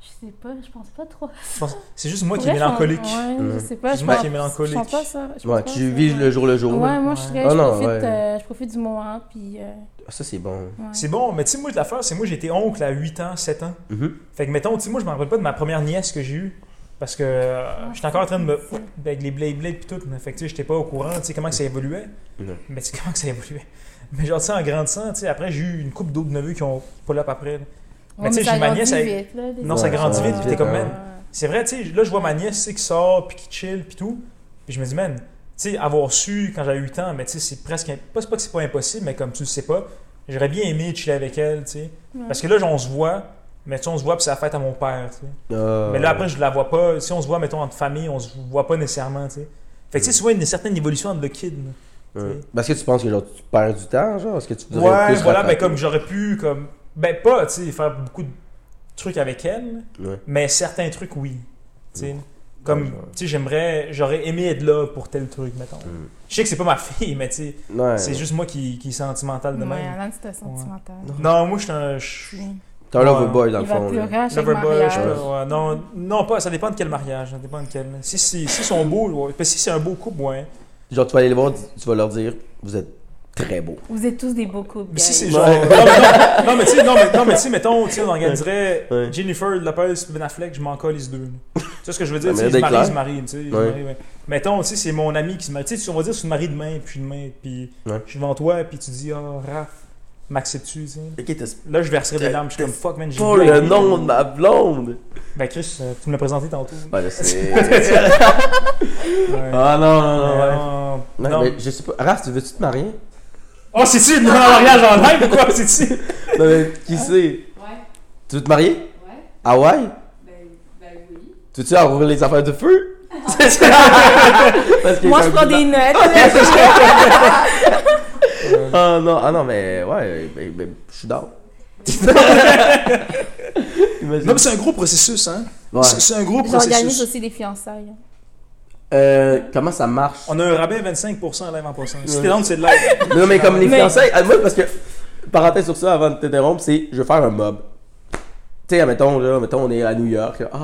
Speaker 2: Je sais pas, je pense pas trop.
Speaker 1: Je pense- C'est juste moi qui
Speaker 2: Ouais,
Speaker 1: est
Speaker 2: je pense-
Speaker 1: mélancolique.
Speaker 2: Ouais, je
Speaker 3: Mm.
Speaker 2: sais pas.
Speaker 1: C'est
Speaker 2: Je
Speaker 1: moi
Speaker 2: pense,
Speaker 1: qui est mélancolique.
Speaker 2: Je pense pas ça. Je
Speaker 3: Ouais,
Speaker 2: pense
Speaker 3: tu
Speaker 2: pas
Speaker 3: vis
Speaker 2: ça.
Speaker 3: le jour le jour.
Speaker 2: Ouais,
Speaker 3: là.
Speaker 2: moi, je, serais-
Speaker 3: Ah
Speaker 2: je,
Speaker 3: non,
Speaker 2: profite,
Speaker 3: ouais.
Speaker 2: euh, je profite du moment, puis... euh,
Speaker 3: Ah, Ça, c'est bon.
Speaker 2: ouais.
Speaker 1: C'est bon, mais tu sais, moi, l'affaire, c'est moi, j'étais oncle à 8 ans, 7 ans.
Speaker 3: Mhm.
Speaker 1: Fait que, mettons, tu sais, moi, je me rappelle pas de ma première nièce que j'ai eue. Parce que euh, j'étais encore en train de me. avec les Blade Blade pis tout, mais fait que tu sais, j'étais pas au courant, tu sais, comment que ça évoluait.
Speaker 3: Non.
Speaker 1: Mais tu sais, comment que ça évoluait. Mais genre, tu sais, en grandissant, tu sais, après, j'ai eu une coupe d'autres neveux qui ont pull up après. là. Mais tu sais, j'ai ma nièce, elle- Non, ça
Speaker 3: Ouais,
Speaker 1: grandit
Speaker 3: ça
Speaker 1: vite,
Speaker 3: grandit
Speaker 1: pis t'es comme,
Speaker 3: vite,
Speaker 1: man. C'est vrai, tu sais, là, je vois ma nièce, tu sais, qui sort, puis qui chill, puis tout. Puis je me dis, man, tu sais, avoir su quand j'avais 8 ans, mais tu sais, c'est presque. imp- Pas, c'est pas que c'est pas impossible, mais comme tu le sais pas, j'aurais bien aimé chiller avec elle, tu sais. Parce que là, on se voit, mais tu sais, on se voit, puis c'est la fête à mon père, tu sais.
Speaker 3: Ah,
Speaker 1: Mais là, après, je la vois pas. Si on se voit, mettons, entre famille, on se voit pas nécessairement, tu sais. Fait que
Speaker 3: Mm.
Speaker 1: tu sais, souvent, il y a une certaine évolution entre le kid. là.
Speaker 3: ouais. Parce que tu penses que genre, tu perds du temps, genre Est-ce que tu voudrais
Speaker 1: Ouais,
Speaker 3: plus
Speaker 1: voilà, ben
Speaker 3: rattraper?
Speaker 1: comme j'aurais pu, comme. Ben pas, tu sais, faire beaucoup de trucs avec elle,
Speaker 3: Ouais.
Speaker 1: mais certains trucs, oui. Tu sais,
Speaker 3: Mm. Ouais,
Speaker 1: Comme,
Speaker 3: genre.
Speaker 1: tu sais, j'aimerais. J'aurais aimé être là pour tel truc, mettons.
Speaker 3: Mm.
Speaker 1: Je sais que c'est pas ma fille, mais tu sais,
Speaker 3: Ouais.
Speaker 1: c'est juste moi qui, qui est sentimental de
Speaker 2: Ouais,
Speaker 1: même.
Speaker 2: Alan, c'était sentimental.
Speaker 1: Non, moi, je suis un. je-
Speaker 3: T'es un lover
Speaker 1: Ouais.
Speaker 3: boy dans le
Speaker 2: Il va
Speaker 3: fond. là.
Speaker 2: pleurer à chaque
Speaker 1: Loverboy, je
Speaker 2: mariage.
Speaker 1: peux- ouais, non, non, pas, ça dépend de quel mariage, ça dépend de quel. Si, si, si sont beaux, ouais. Parce que si c'est un beau couple, ouais.
Speaker 3: Genre, tu vas aller les voir, tu vas leur dire, vous êtes très beau.
Speaker 2: Vous êtes tous des beaux couples.
Speaker 1: Mais si
Speaker 2: guys.
Speaker 1: c'est genre. Non, mais- non, mais tu sais, non, mais, non, mais tu sais, mettons, tu sais, on organiserait
Speaker 3: Ouais.
Speaker 1: Jennifer Lopez Ben Affleck, je m'en colle les deux. là. Tu sais ce que je veux dire?
Speaker 3: Ah,
Speaker 1: Tu sais,
Speaker 3: mais
Speaker 1: je
Speaker 3: d'être
Speaker 1: marie,
Speaker 3: clair.
Speaker 1: je marie, tu sais. je
Speaker 3: Ouais.
Speaker 1: marie, ouais. Mettons, tu sais, c'est mon ami qui se marie. Tu sais, tu- on va dire, tu te maries demain, puis demain, puis
Speaker 3: Ouais.
Speaker 1: je suis devant toi, puis tu dis, oh, Raph, m'acceptes-tu, tu sais.
Speaker 3: Ok, t'es
Speaker 1: Là, je verserai des
Speaker 3: T'es-
Speaker 1: larmes, je suis comme fuck, man, j'ai
Speaker 3: pas
Speaker 1: bien
Speaker 3: le
Speaker 1: aimé.
Speaker 3: nom de ma blonde.
Speaker 1: Ben, Chris, euh, tu me l'as présenté tantôt.
Speaker 3: Ouais, je sais.
Speaker 1: Ouais.
Speaker 3: ah non, non, non, ouais.
Speaker 1: Euh,
Speaker 3: Non,
Speaker 1: non.
Speaker 3: mais je sais pas. Raph, tu veux-tu te marier?
Speaker 1: Oh, c'est-tu une mariage en live ou quoi? C'est-tu?
Speaker 3: Non, mais
Speaker 2: Ah.
Speaker 3: qui sait?
Speaker 4: Ouais,
Speaker 3: Tu veux te marier?
Speaker 4: ouais,
Speaker 3: Ah ouais?
Speaker 4: ben, ben oui.
Speaker 3: Tu veux-tu avoir les affaires de feu? Parce que
Speaker 2: Moi,
Speaker 3: j'ai
Speaker 2: je
Speaker 3: un
Speaker 2: prends
Speaker 3: bilan.
Speaker 2: des notes.
Speaker 3: Ah non, ah non, mais ouais, ben, ben, je suis down. Imagine.
Speaker 1: Non, mais c'est un gros processus, hein?
Speaker 3: Ouais.
Speaker 1: C'est c'est un gros
Speaker 2: J'organise
Speaker 1: processus.
Speaker 2: aussi des fiançailles.
Speaker 3: Euh, comment ça marche?
Speaker 1: On a un rabais 25% live en passant. Si
Speaker 3: Ouais.
Speaker 1: t'es dans, c'est de live.
Speaker 3: Non, mais comme les
Speaker 2: Mais-
Speaker 3: fiançailles, ah, moi, parce que, parenthèse sur ça avant de t'interrompre, c'est je veux faire un mob. Tu sais, admettons, là, mettons, on est à New York, là, ah,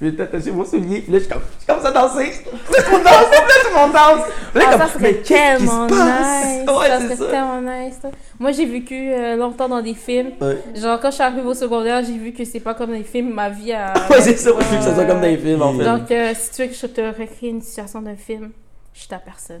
Speaker 3: je vais t'attacher mon soulier, puis là, je comme- je commence à danser. On danse, là, tout le monde danse. Là,
Speaker 2: Ah,
Speaker 3: comme,
Speaker 2: ça serait
Speaker 3: mais qu'est-ce qui
Speaker 2: tellement
Speaker 3: se
Speaker 2: nice.
Speaker 3: passe? Ouais,
Speaker 2: ça
Speaker 3: c'est
Speaker 2: serait
Speaker 3: ça.
Speaker 2: tellement nice. ça. Moi, j'ai vécu euh, longtemps dans des films.
Speaker 3: Ouais.
Speaker 2: Genre, quand je suis arrivée au secondaire, j'ai vu que c'est pas comme dans les films. Ma vie a.
Speaker 3: Ouais, c'est ça, moi, je veux que ça soit comme dans les films, en fait.
Speaker 2: Donc, euh, si tu veux que je te recrée une situation d'un film, je suis ta personne.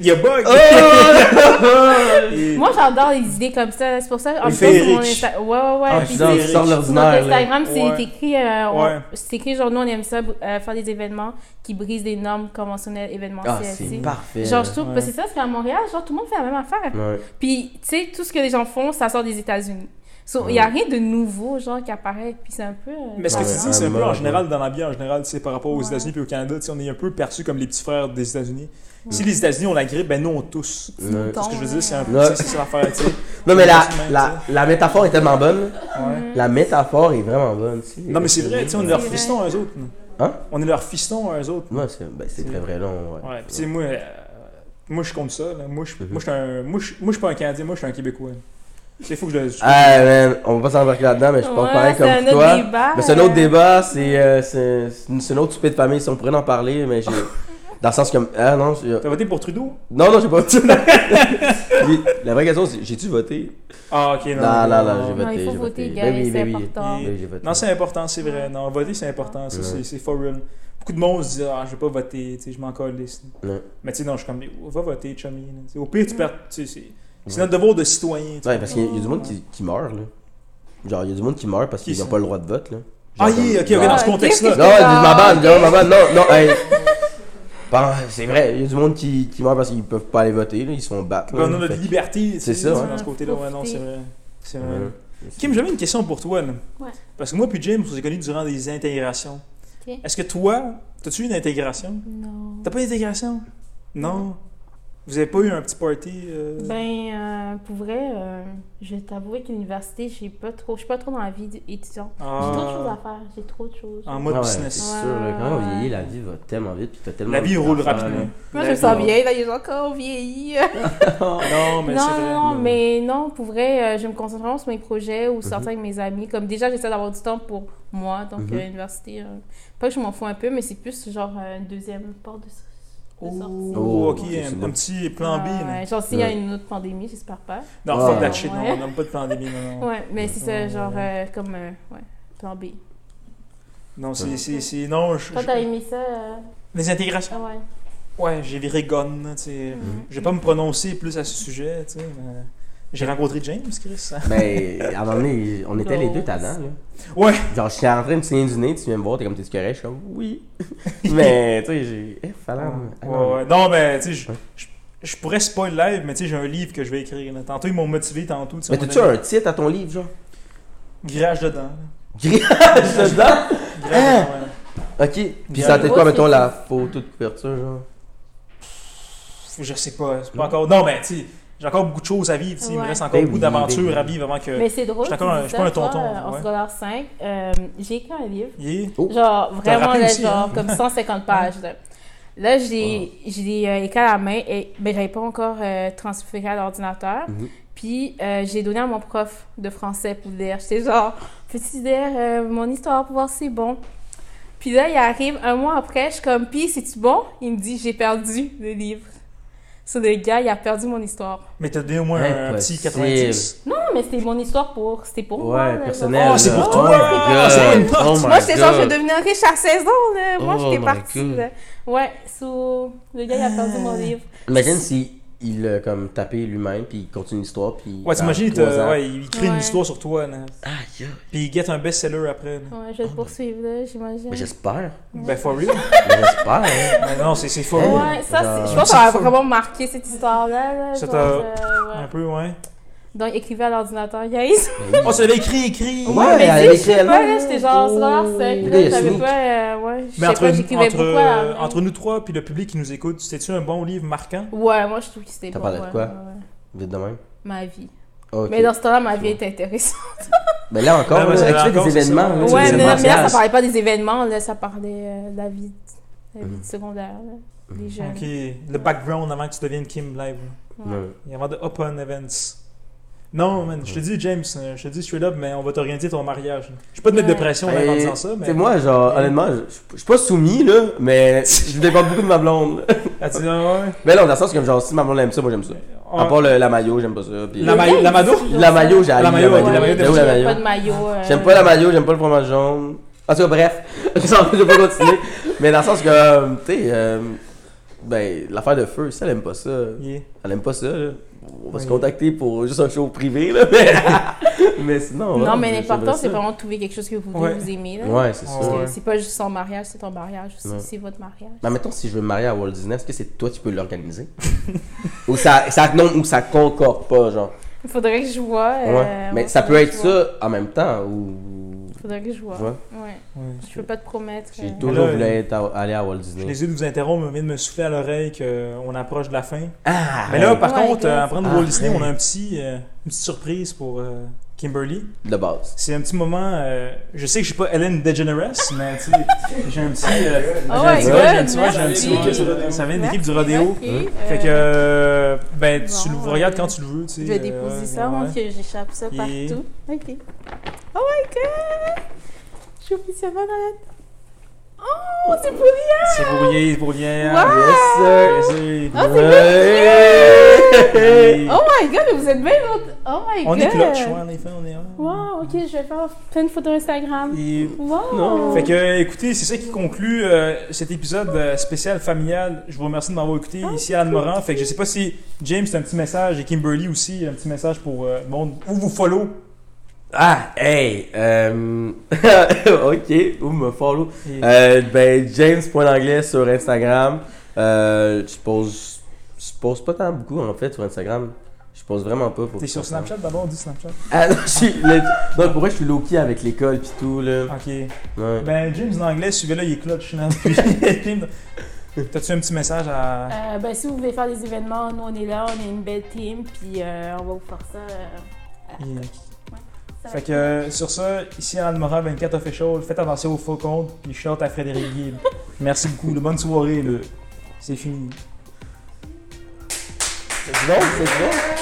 Speaker 1: Il y a bug.
Speaker 3: Euh,
Speaker 1: Et-
Speaker 2: Moi, j'adore les idées comme ça. C'est pour ça, en
Speaker 1: Les
Speaker 2: tout cas, sur mon
Speaker 1: féeriques.
Speaker 2: Insta- Ouais, ouais, ouais.
Speaker 3: Ah,
Speaker 2: Puis
Speaker 3: je danse, je sors de
Speaker 2: Sur notre
Speaker 3: l'ordinaire, là.
Speaker 2: Instagram, c'est
Speaker 1: Ouais.
Speaker 2: écrit, euh, on-
Speaker 1: Ouais.
Speaker 2: c'est écrit genre nous on aime ça euh, faire des événements qui brisent les normes conventionnelles événementielles.
Speaker 3: Ah,
Speaker 2: tu sais.
Speaker 3: c'est parfait.
Speaker 2: Genre je trouve
Speaker 1: Ouais.
Speaker 2: parce que c'est ça parce qu'à Montréal genre tout le monde fait la même affaire.
Speaker 3: Ouais.
Speaker 2: Puis tu sais tout ce que les gens font ça sort des États-Unis. So, Il n'y a rien de nouveau genre qui apparaît puis c'est un peu. euh,
Speaker 1: Mais ce que
Speaker 3: Ouais,
Speaker 1: tu dis,
Speaker 3: un
Speaker 1: c'est un peu en
Speaker 3: mode,
Speaker 1: général dans la vie, en général, c'est par rapport aux
Speaker 2: Ouais.
Speaker 1: États-Unis et au Canada, tu sais, on est un peu perçu comme les petits frères des États-Unis. Si les États-Unis ont la grippe, ben nous on tous.
Speaker 2: petit
Speaker 3: Ouais.
Speaker 2: mouton,
Speaker 1: Ce que je veux
Speaker 2: là.
Speaker 1: dire, c'est un peu
Speaker 3: Euh, Ouais.
Speaker 1: c'est c'est ça l'affaire, tu sais.
Speaker 3: Non, mais la, la, la métaphore est tellement bonne.
Speaker 1: Ouais.
Speaker 3: La métaphore est vraiment bonne. tu sais.
Speaker 1: Non, mais c'est vrai, tu sais, on est leurs
Speaker 2: vrai.
Speaker 1: fistons à eux autres. nous.
Speaker 3: Hein?
Speaker 1: On est leurs fistons à eux autres.
Speaker 3: Moi, c'est ben, c'est très vrai, là. Ouais.
Speaker 1: Ouais, pis tu sais, moi, euh, moi je compte ça. là. Moi, je moi, je suis un- moi, je- moi, je suis pas un Canadien, moi, je suis un Québécois. Tu sais, faut que je le.
Speaker 3: Ah, man, on va pas s'embarquer là-dedans, mais je pense
Speaker 2: Ouais,
Speaker 3: pareil
Speaker 2: c'est un
Speaker 3: comme
Speaker 2: autre
Speaker 3: toi.
Speaker 2: débat.
Speaker 3: Mais c'est un autre débat, c'est euh, c'est- c'est une- c'est un autre souper de famille, si on pourrait en parler, mais j'ai. Dans le sens comme. Ah non, j'ai-
Speaker 1: T'as voté pour Trudeau?
Speaker 3: non, non, j'ai pas voté. J'ai- la vraie question, c'est j'ai-tu voté
Speaker 1: Ah, ok, non.
Speaker 3: Non, non, non, j'ai
Speaker 2: Non,
Speaker 3: voté.
Speaker 2: il faut
Speaker 3: j'ai
Speaker 2: voter,
Speaker 3: voté.
Speaker 2: gars,
Speaker 3: Ben oui,
Speaker 2: c'est
Speaker 3: ben oui.
Speaker 2: important.
Speaker 3: Ben oui, j'ai voté.
Speaker 1: Non, c'est important, c'est vrai. Non, voter, c'est important. Ça,
Speaker 3: Ouais.
Speaker 1: c'est- c'est for real. Beaucoup de monde se dit, ah, je vais pas voter, tu sais, je m'en colle.
Speaker 3: Ouais.
Speaker 1: Mais tu sais, non, je suis comme, va voter, chummy. là. Tu sais, Au pire, tu perds. tu sais, C'est c'est notre devoir de citoyen. tu sais.
Speaker 3: Ouais, parce qu'il y, a- il y a du
Speaker 1: Oh.
Speaker 3: monde qui, qui meurt, là. Genre, il y a du monde qui meurt parce
Speaker 1: Qui
Speaker 3: qu'ils n'ont
Speaker 1: ça?
Speaker 3: pas le droit de vote, là. Genre,
Speaker 1: Ah,
Speaker 3: comme-
Speaker 1: yeah, ok,
Speaker 3: genre-
Speaker 1: ok, dans ce
Speaker 2: Ah,
Speaker 1: contexte-là.
Speaker 2: qu'est-ce
Speaker 3: Non,
Speaker 2: Ah,
Speaker 3: dis- ma bande,
Speaker 2: ok.
Speaker 3: non, ma bande, non, non, hey. Ben, c'est vrai, il y a du monde qui, qui meurt parce qu'ils peuvent pas aller voter, là, ils se font battre. là.
Speaker 1: Ben, On a
Speaker 3: Fait
Speaker 1: notre
Speaker 3: que-
Speaker 1: liberté. tu sais,
Speaker 3: C'est ça,
Speaker 1: dans
Speaker 2: ouais.
Speaker 1: ce côté-là, ouais, non, c'est vrai. C'est vrai.
Speaker 3: Ouais.
Speaker 1: Kim, j'avais une question pour toi. là.
Speaker 2: Ouais.
Speaker 1: Parce que moi puis James, on s'est connus durant des intégrations.
Speaker 2: Ok.
Speaker 1: Est-ce que toi, t'as-tu eu une intégration?
Speaker 2: Non.
Speaker 1: T'as pas d'intégration? Non. Vous avez pas eu un petit party? euh?
Speaker 2: Ben, euh, pour vrai, euh, je vais t'avouer que l'université, j'ai pas trop, je suis pas trop dans la vie d'étudiant. J'ai trop de choses à
Speaker 1: Ah,
Speaker 2: faire, j'ai trop de choses.
Speaker 1: en
Speaker 3: Ah
Speaker 1: mode
Speaker 3: ouais, c'est
Speaker 1: business.
Speaker 2: Ouais.
Speaker 3: sûr, là, quand on vieillit, la vie va tellement vite, puis t'as tellement.
Speaker 1: La vie
Speaker 3: de
Speaker 1: roule
Speaker 3: affaires,
Speaker 1: rapidement.
Speaker 2: Moi, je me sens vieille, là, les gens encore vieillis.
Speaker 1: Non, Mhm. mais c'est
Speaker 2: non,
Speaker 1: vrai.
Speaker 2: non, mais non, pour vrai, euh, je me concentre vraiment sur mes projets ou sortir avec mes amis. Comme déjà, j'essaie d'avoir du temps pour moi, donc
Speaker 3: Mhm.
Speaker 2: euh, l'université, euh, pas que je m'en fous un peu, mais c'est plus genre euh, une deuxième porte de, so- de sortie.
Speaker 1: Oh,
Speaker 3: Oh,
Speaker 1: ok,
Speaker 3: c'est
Speaker 1: un,
Speaker 3: bon.
Speaker 1: un petit plan B.
Speaker 2: Ouais,
Speaker 1: là.
Speaker 2: ouais, genre, s'il y a
Speaker 3: Ouais.
Speaker 2: une autre pandémie, j'espère pas.
Speaker 1: Non,
Speaker 3: Ah.
Speaker 1: fuck that shit, non,
Speaker 2: Ouais.
Speaker 1: on n'aime pas de plan B, non, non.
Speaker 2: Ouais, mais c'est ça,
Speaker 1: Ouais,
Speaker 2: genre,
Speaker 1: ouais.
Speaker 2: euh, comme, euh, ouais, plan B.
Speaker 1: Non, c'est. c'est- c'est- Non, je-
Speaker 2: Toi,
Speaker 1: je-
Speaker 2: t'avais mis ça. euh,
Speaker 1: Les intégrations.
Speaker 2: ah ouais.
Speaker 1: Ouais, j'ai viré gonne, là, tu sais.
Speaker 2: Mhm.
Speaker 1: Je vais pas me prononcer plus à ce sujet, tu sais. mais J'ai rencontré James, Chris.
Speaker 3: Ben, à un moment donné, on était les deux tannants, là.
Speaker 1: Ouais.
Speaker 3: Genre, je suis en train de me signer du nez, tu viens me voir, t'es comme, t'es correct? Je suis comme, oui. Mais, tu sais, j'ai. Eh, fallait. ah,
Speaker 1: Ouais,
Speaker 3: non.
Speaker 1: ouais. Non, mais tu sais, je-
Speaker 3: Ouais.
Speaker 1: je- je pourrais spoil live, mais tu sais, j'ai un livre que je vais écrire. là. Tantôt, ils m'ont motivé, tantôt. tu sais,
Speaker 3: Mais
Speaker 1: on a
Speaker 3: t'as-tu un titre à ton livre, genre
Speaker 1: Grillage dedans.
Speaker 3: Grillage dedans
Speaker 1: là.
Speaker 3: Hein?
Speaker 1: Grillage dedans, ouais.
Speaker 3: Ok. Puis
Speaker 1: Bien.
Speaker 3: ça a peut-être quoi,
Speaker 2: Oh,
Speaker 3: mettons,
Speaker 2: c'est-
Speaker 3: la photo de couverture, genre
Speaker 1: Je sais pas, c'est pas encore. Non, mais tu sais, j'ai encore beaucoup de choses à vivre. tu sais, Il me
Speaker 2: Ouais.
Speaker 1: reste encore
Speaker 3: Ben
Speaker 1: beaucoup
Speaker 3: oui, ben
Speaker 1: d'aventures
Speaker 3: oui.
Speaker 1: à vivre avant que.
Speaker 2: Mais c'est drôle.
Speaker 1: Je suis d'accord,
Speaker 2: tu
Speaker 1: je
Speaker 2: dis
Speaker 1: suis
Speaker 2: ça,
Speaker 1: pas un
Speaker 2: toi,
Speaker 1: tonton,
Speaker 2: euh, En
Speaker 1: ouais.
Speaker 2: secondaire 5, j'ai écrit un livre.
Speaker 1: Yeah.
Speaker 2: Genre, vraiment,
Speaker 1: rappelé
Speaker 2: là,
Speaker 1: aussi, hein?
Speaker 2: genre, comme 150 pages. Là, Là, j'ai je l'ai euh, écrit à la main, et, mais j'avais pas encore euh, transféré à l'ordinateur.
Speaker 1: Mm-hmm.
Speaker 3: Mhm.
Speaker 2: Puis, euh, j'ai donné à mon prof de français pour dire. J'étais genre, petit dire, euh, mon histoire pour voir si c'est bon. Puis là, il arrive un mois après, je suis comme, puis, c'est-tu bon? Il me dit, j'ai perdu le livre. Sur le gars, il a perdu mon histoire.
Speaker 1: Mais t'as donné au moins un petit
Speaker 3: Impossible.
Speaker 1: 90.
Speaker 2: Non, mais c'était mon histoire pour. C'était pour moi. là,
Speaker 3: Ouais,
Speaker 2: genre.
Speaker 3: personnel.
Speaker 1: Oh, c'est
Speaker 3: là.
Speaker 1: pour toi!
Speaker 3: Oh my
Speaker 1: Ah, c'est une
Speaker 3: God. Oh my
Speaker 2: Moi, j'étais genre, je
Speaker 3: God.
Speaker 2: devenais riche à 16 ans, là. Moi,
Speaker 3: Oh
Speaker 2: j'étais
Speaker 3: my
Speaker 2: partie,
Speaker 3: God.
Speaker 2: là. Ouais, sous... Le gars, il a perdu mon livre.
Speaker 3: Imagine si il l'a comme tapé lui-même, puis il continue l'histoire, puis.
Speaker 1: Ouais,
Speaker 3: dans
Speaker 1: t'imagines, il te-
Speaker 3: trois ans-
Speaker 1: ouais, il crée une
Speaker 2: Ouais.
Speaker 1: histoire sur toi. là.
Speaker 3: Ah, yeah.
Speaker 1: Puis il guette un best-seller après. là.
Speaker 2: Ouais, je vais le poursuivre, là, j'imagine.
Speaker 3: Oh Mais j'espère.
Speaker 1: Ben, for real.
Speaker 3: Mais j'espère. hein.
Speaker 1: Mais non, c'est c'est for real.
Speaker 2: Ouais, ça,
Speaker 3: Genre-
Speaker 2: c'est- je pense que ça m'a vraiment marqué, cette histoire-là, là.
Speaker 1: Ça
Speaker 2: genre,
Speaker 1: t'a-
Speaker 2: euh, ouais.
Speaker 1: Un peu, ouais.
Speaker 2: Donc, écrivez à l'ordinateur, guys.
Speaker 1: Oh, tu l'avais écrit, écrit.
Speaker 3: Ouais,
Speaker 2: mais
Speaker 3: elle
Speaker 2: tu sais,
Speaker 3: avait
Speaker 2: je
Speaker 3: écrit
Speaker 2: sais pas,
Speaker 3: elle-même.
Speaker 2: là, j'étais genre, secondaire 5,
Speaker 3: Le gars, Oh. il
Speaker 2: là,
Speaker 3: a
Speaker 2: j'avais
Speaker 3: sneak.
Speaker 2: pas... euh, Ouais, je
Speaker 1: Mais
Speaker 2: sais pas,
Speaker 1: entre,
Speaker 2: j'écrivais
Speaker 1: entre,
Speaker 2: beaucoup à la main.
Speaker 1: entre nous trois puis le public qui nous écoute, c'était-tu un bon livre marquant?
Speaker 2: Ouais, moi, je trouve que c'était
Speaker 3: Ça
Speaker 2: bon,
Speaker 3: parlait de
Speaker 2: ouais,
Speaker 3: quoi?
Speaker 2: ouais, ouais.
Speaker 3: Vite de même.
Speaker 2: Ma vie.
Speaker 3: Ok.
Speaker 2: Mais dans ce temps-là, ma vie était intéressante.
Speaker 3: Ben là
Speaker 1: Ouais,
Speaker 3: encore,
Speaker 1: ouais,
Speaker 3: là,
Speaker 1: c'est
Speaker 3: avec
Speaker 1: encore,
Speaker 3: des
Speaker 1: c'est
Speaker 3: événements.
Speaker 1: ça.
Speaker 3: là,
Speaker 1: Tu disais
Speaker 2: Ouais, mais,
Speaker 3: des
Speaker 2: là- mais là,
Speaker 3: mariages.
Speaker 2: ça parlait pas des événements, là, ça parlait euh, de la vie, de la
Speaker 3: Mm.
Speaker 2: vie secondaire, là, des jeunes.
Speaker 1: Ok, le background avant que tu deviennes Kim Live.
Speaker 2: Ouais.
Speaker 3: Ouais.
Speaker 1: Il y a de Open Events. Non, man, je te dis, James, euh, je te dis straight up, mais on va t'orienter ton mariage. Je vais pas te mettre de pression là, en
Speaker 3: Et-
Speaker 1: disant ça,
Speaker 3: Tu
Speaker 1: mais.
Speaker 3: sais, Ben, moi, genre, honnêtement, je je suis pas soumis, là, mais je dépends beaucoup de ma blonde.
Speaker 1: Ah, tu dis, ah, ouais.
Speaker 3: Mais là, dans le sens comme, genre, si ma blonde aime ça, moi, j'aime ça.
Speaker 1: Ah,
Speaker 3: À part le- la maillot, j'aime pas ça. puis-
Speaker 1: La maillot, la mado?
Speaker 3: La maillot, j'ai haï
Speaker 1: La maillot,
Speaker 2: Ouais,
Speaker 1: la maillot,
Speaker 3: J'avoue, la
Speaker 2: j'aime
Speaker 3: maillot.
Speaker 2: pas de maillot. euh,
Speaker 3: J'aime pas la maillot, j'aime pas le fromage jaune. En tout cas, bref, j'en vais pas continuer. Mais dans le sens que, euh, tu sais, euh, ben, l'affaire de feu, si elle aime pas ça,
Speaker 1: Ah, yeah.
Speaker 3: elle aime pas ça, là, on va se
Speaker 1: Oui.
Speaker 3: contacter pour juste un show privé, là, mais, mais sinon.
Speaker 2: Non,
Speaker 3: ouais,
Speaker 2: mais
Speaker 3: j'aimerais
Speaker 2: l'important, c'est
Speaker 3: ça.
Speaker 2: vraiment de trouver quelque chose que vous,
Speaker 1: Ouais.
Speaker 2: vous aimez. Là.
Speaker 3: hein. Ouais, c'est
Speaker 1: Ouais.
Speaker 3: ça.
Speaker 2: Parce que
Speaker 1: Ouais.
Speaker 2: c'est pas juste son mariage, c'est ton mariage aussi,
Speaker 3: Ouais.
Speaker 2: c'est votre mariage.
Speaker 3: Mais mettons, si je veux me marier à Walt Disney, est-ce que c'est toi qui peux l'organiser? ou ça, ça, non, ou ça concorde pas, genre.
Speaker 2: Il faudrait que je vois. euh,
Speaker 3: Ouais. mais ça peut être ça en même temps, ou...
Speaker 2: Il faudrait que je vois.
Speaker 3: Ouais.
Speaker 2: Ouais.
Speaker 1: Ouais.
Speaker 2: Je peux pas te promettre.
Speaker 3: J'ai
Speaker 2: euh,
Speaker 3: toujours
Speaker 1: là,
Speaker 3: voulu être à- aller à Walt Disney.
Speaker 1: Je les yeux de vous interrompre, mais vient de me souffler à l'oreille qu'on approche de la fin.
Speaker 3: Ah!
Speaker 1: Mais là, par
Speaker 2: Ouais,
Speaker 1: contre,
Speaker 2: ouais.
Speaker 1: euh, en prenant Walt
Speaker 3: Ah,
Speaker 1: Disney,
Speaker 3: ouais.
Speaker 1: on a un petit, euh, une petite surprise pour euh, Kimberly.
Speaker 3: De base.
Speaker 1: C'est un petit moment. euh, je sais que je suis pas Ellen DeGeneres, mais tu sais, j'ai un petit. euh, j'ai un
Speaker 2: my
Speaker 1: petit- j'ai un
Speaker 2: God,
Speaker 1: petit- ouais, j'ai un petit-
Speaker 2: merci.
Speaker 1: ouais, Ça vient de l'équipe du rodéo.
Speaker 2: ok,
Speaker 3: Hein?
Speaker 2: euh,
Speaker 1: Fait que, euh, ben, tu
Speaker 2: bon,
Speaker 1: le regardes
Speaker 2: euh,
Speaker 1: quand tu le veux, tu sais.
Speaker 2: Je vais
Speaker 1: euh,
Speaker 2: déposer
Speaker 1: ouais,
Speaker 2: ça,
Speaker 1: ouais.
Speaker 2: mon Dieu, j'échappe ça
Speaker 1: Et-
Speaker 2: partout. Ok. Oh my god! J'ai oublié sa banane. Oh, c'est pour rien!
Speaker 1: C'est pour rien, c'est pour rien.
Speaker 2: Wow!
Speaker 1: Yes, sir, yes, sir.
Speaker 2: Oh, c'est
Speaker 1: Et-
Speaker 2: Oh my god, vous êtes bien autre- Oh my
Speaker 1: On
Speaker 2: god!
Speaker 1: est clutch, ouais, en effet, on est. ouais.
Speaker 2: Wow, ok, je vais faire plein de photos Instagram.
Speaker 1: Et-
Speaker 2: Wow!
Speaker 1: Fait que, euh, écoutez, c'est ça qui conclut euh, cet épisode euh, spécial familial. Je vous remercie de m'avoir écouté. Ici, Anne Morin. Fait que je sais pas si James, t'as un petit message et Kimberly aussi, un petit message pour euh, le monde ou vous follow.
Speaker 3: Ah, hey! Euh... ok, où me follow?
Speaker 1: Et-
Speaker 3: Euh, ben, James.anglais sur Instagram. Euh, je pose... Je pose pas tant beaucoup, en fait, sur Instagram. Je pose vraiment pas pour...
Speaker 1: T'es sur Snapchat d'abord, dis Snapchat.
Speaker 3: Ah non, je suis... le- Non, pour vrai, je suis low-key avec l'école pis tout, là.
Speaker 1: Ok.
Speaker 3: Ouais.
Speaker 1: Ben, James en anglais, suivez-le, il est clutch. là. Puis, James, T'as-tu un petit message à.
Speaker 2: Euh, ben, si vous voulez faire des événements, nous on est là, on est une belle team, puis euh, on va vous faire ça. euh,
Speaker 1: Et-
Speaker 2: ça va
Speaker 1: Fait
Speaker 2: être
Speaker 1: que euh, sur ça, ici Anne Morin 24 Official, faites avancer au faux compte, puis shout à Frédéric Guy. Merci beaucoup, de bonne soirée, là. C'est fini.
Speaker 3: C'est drôle, c'est drôle.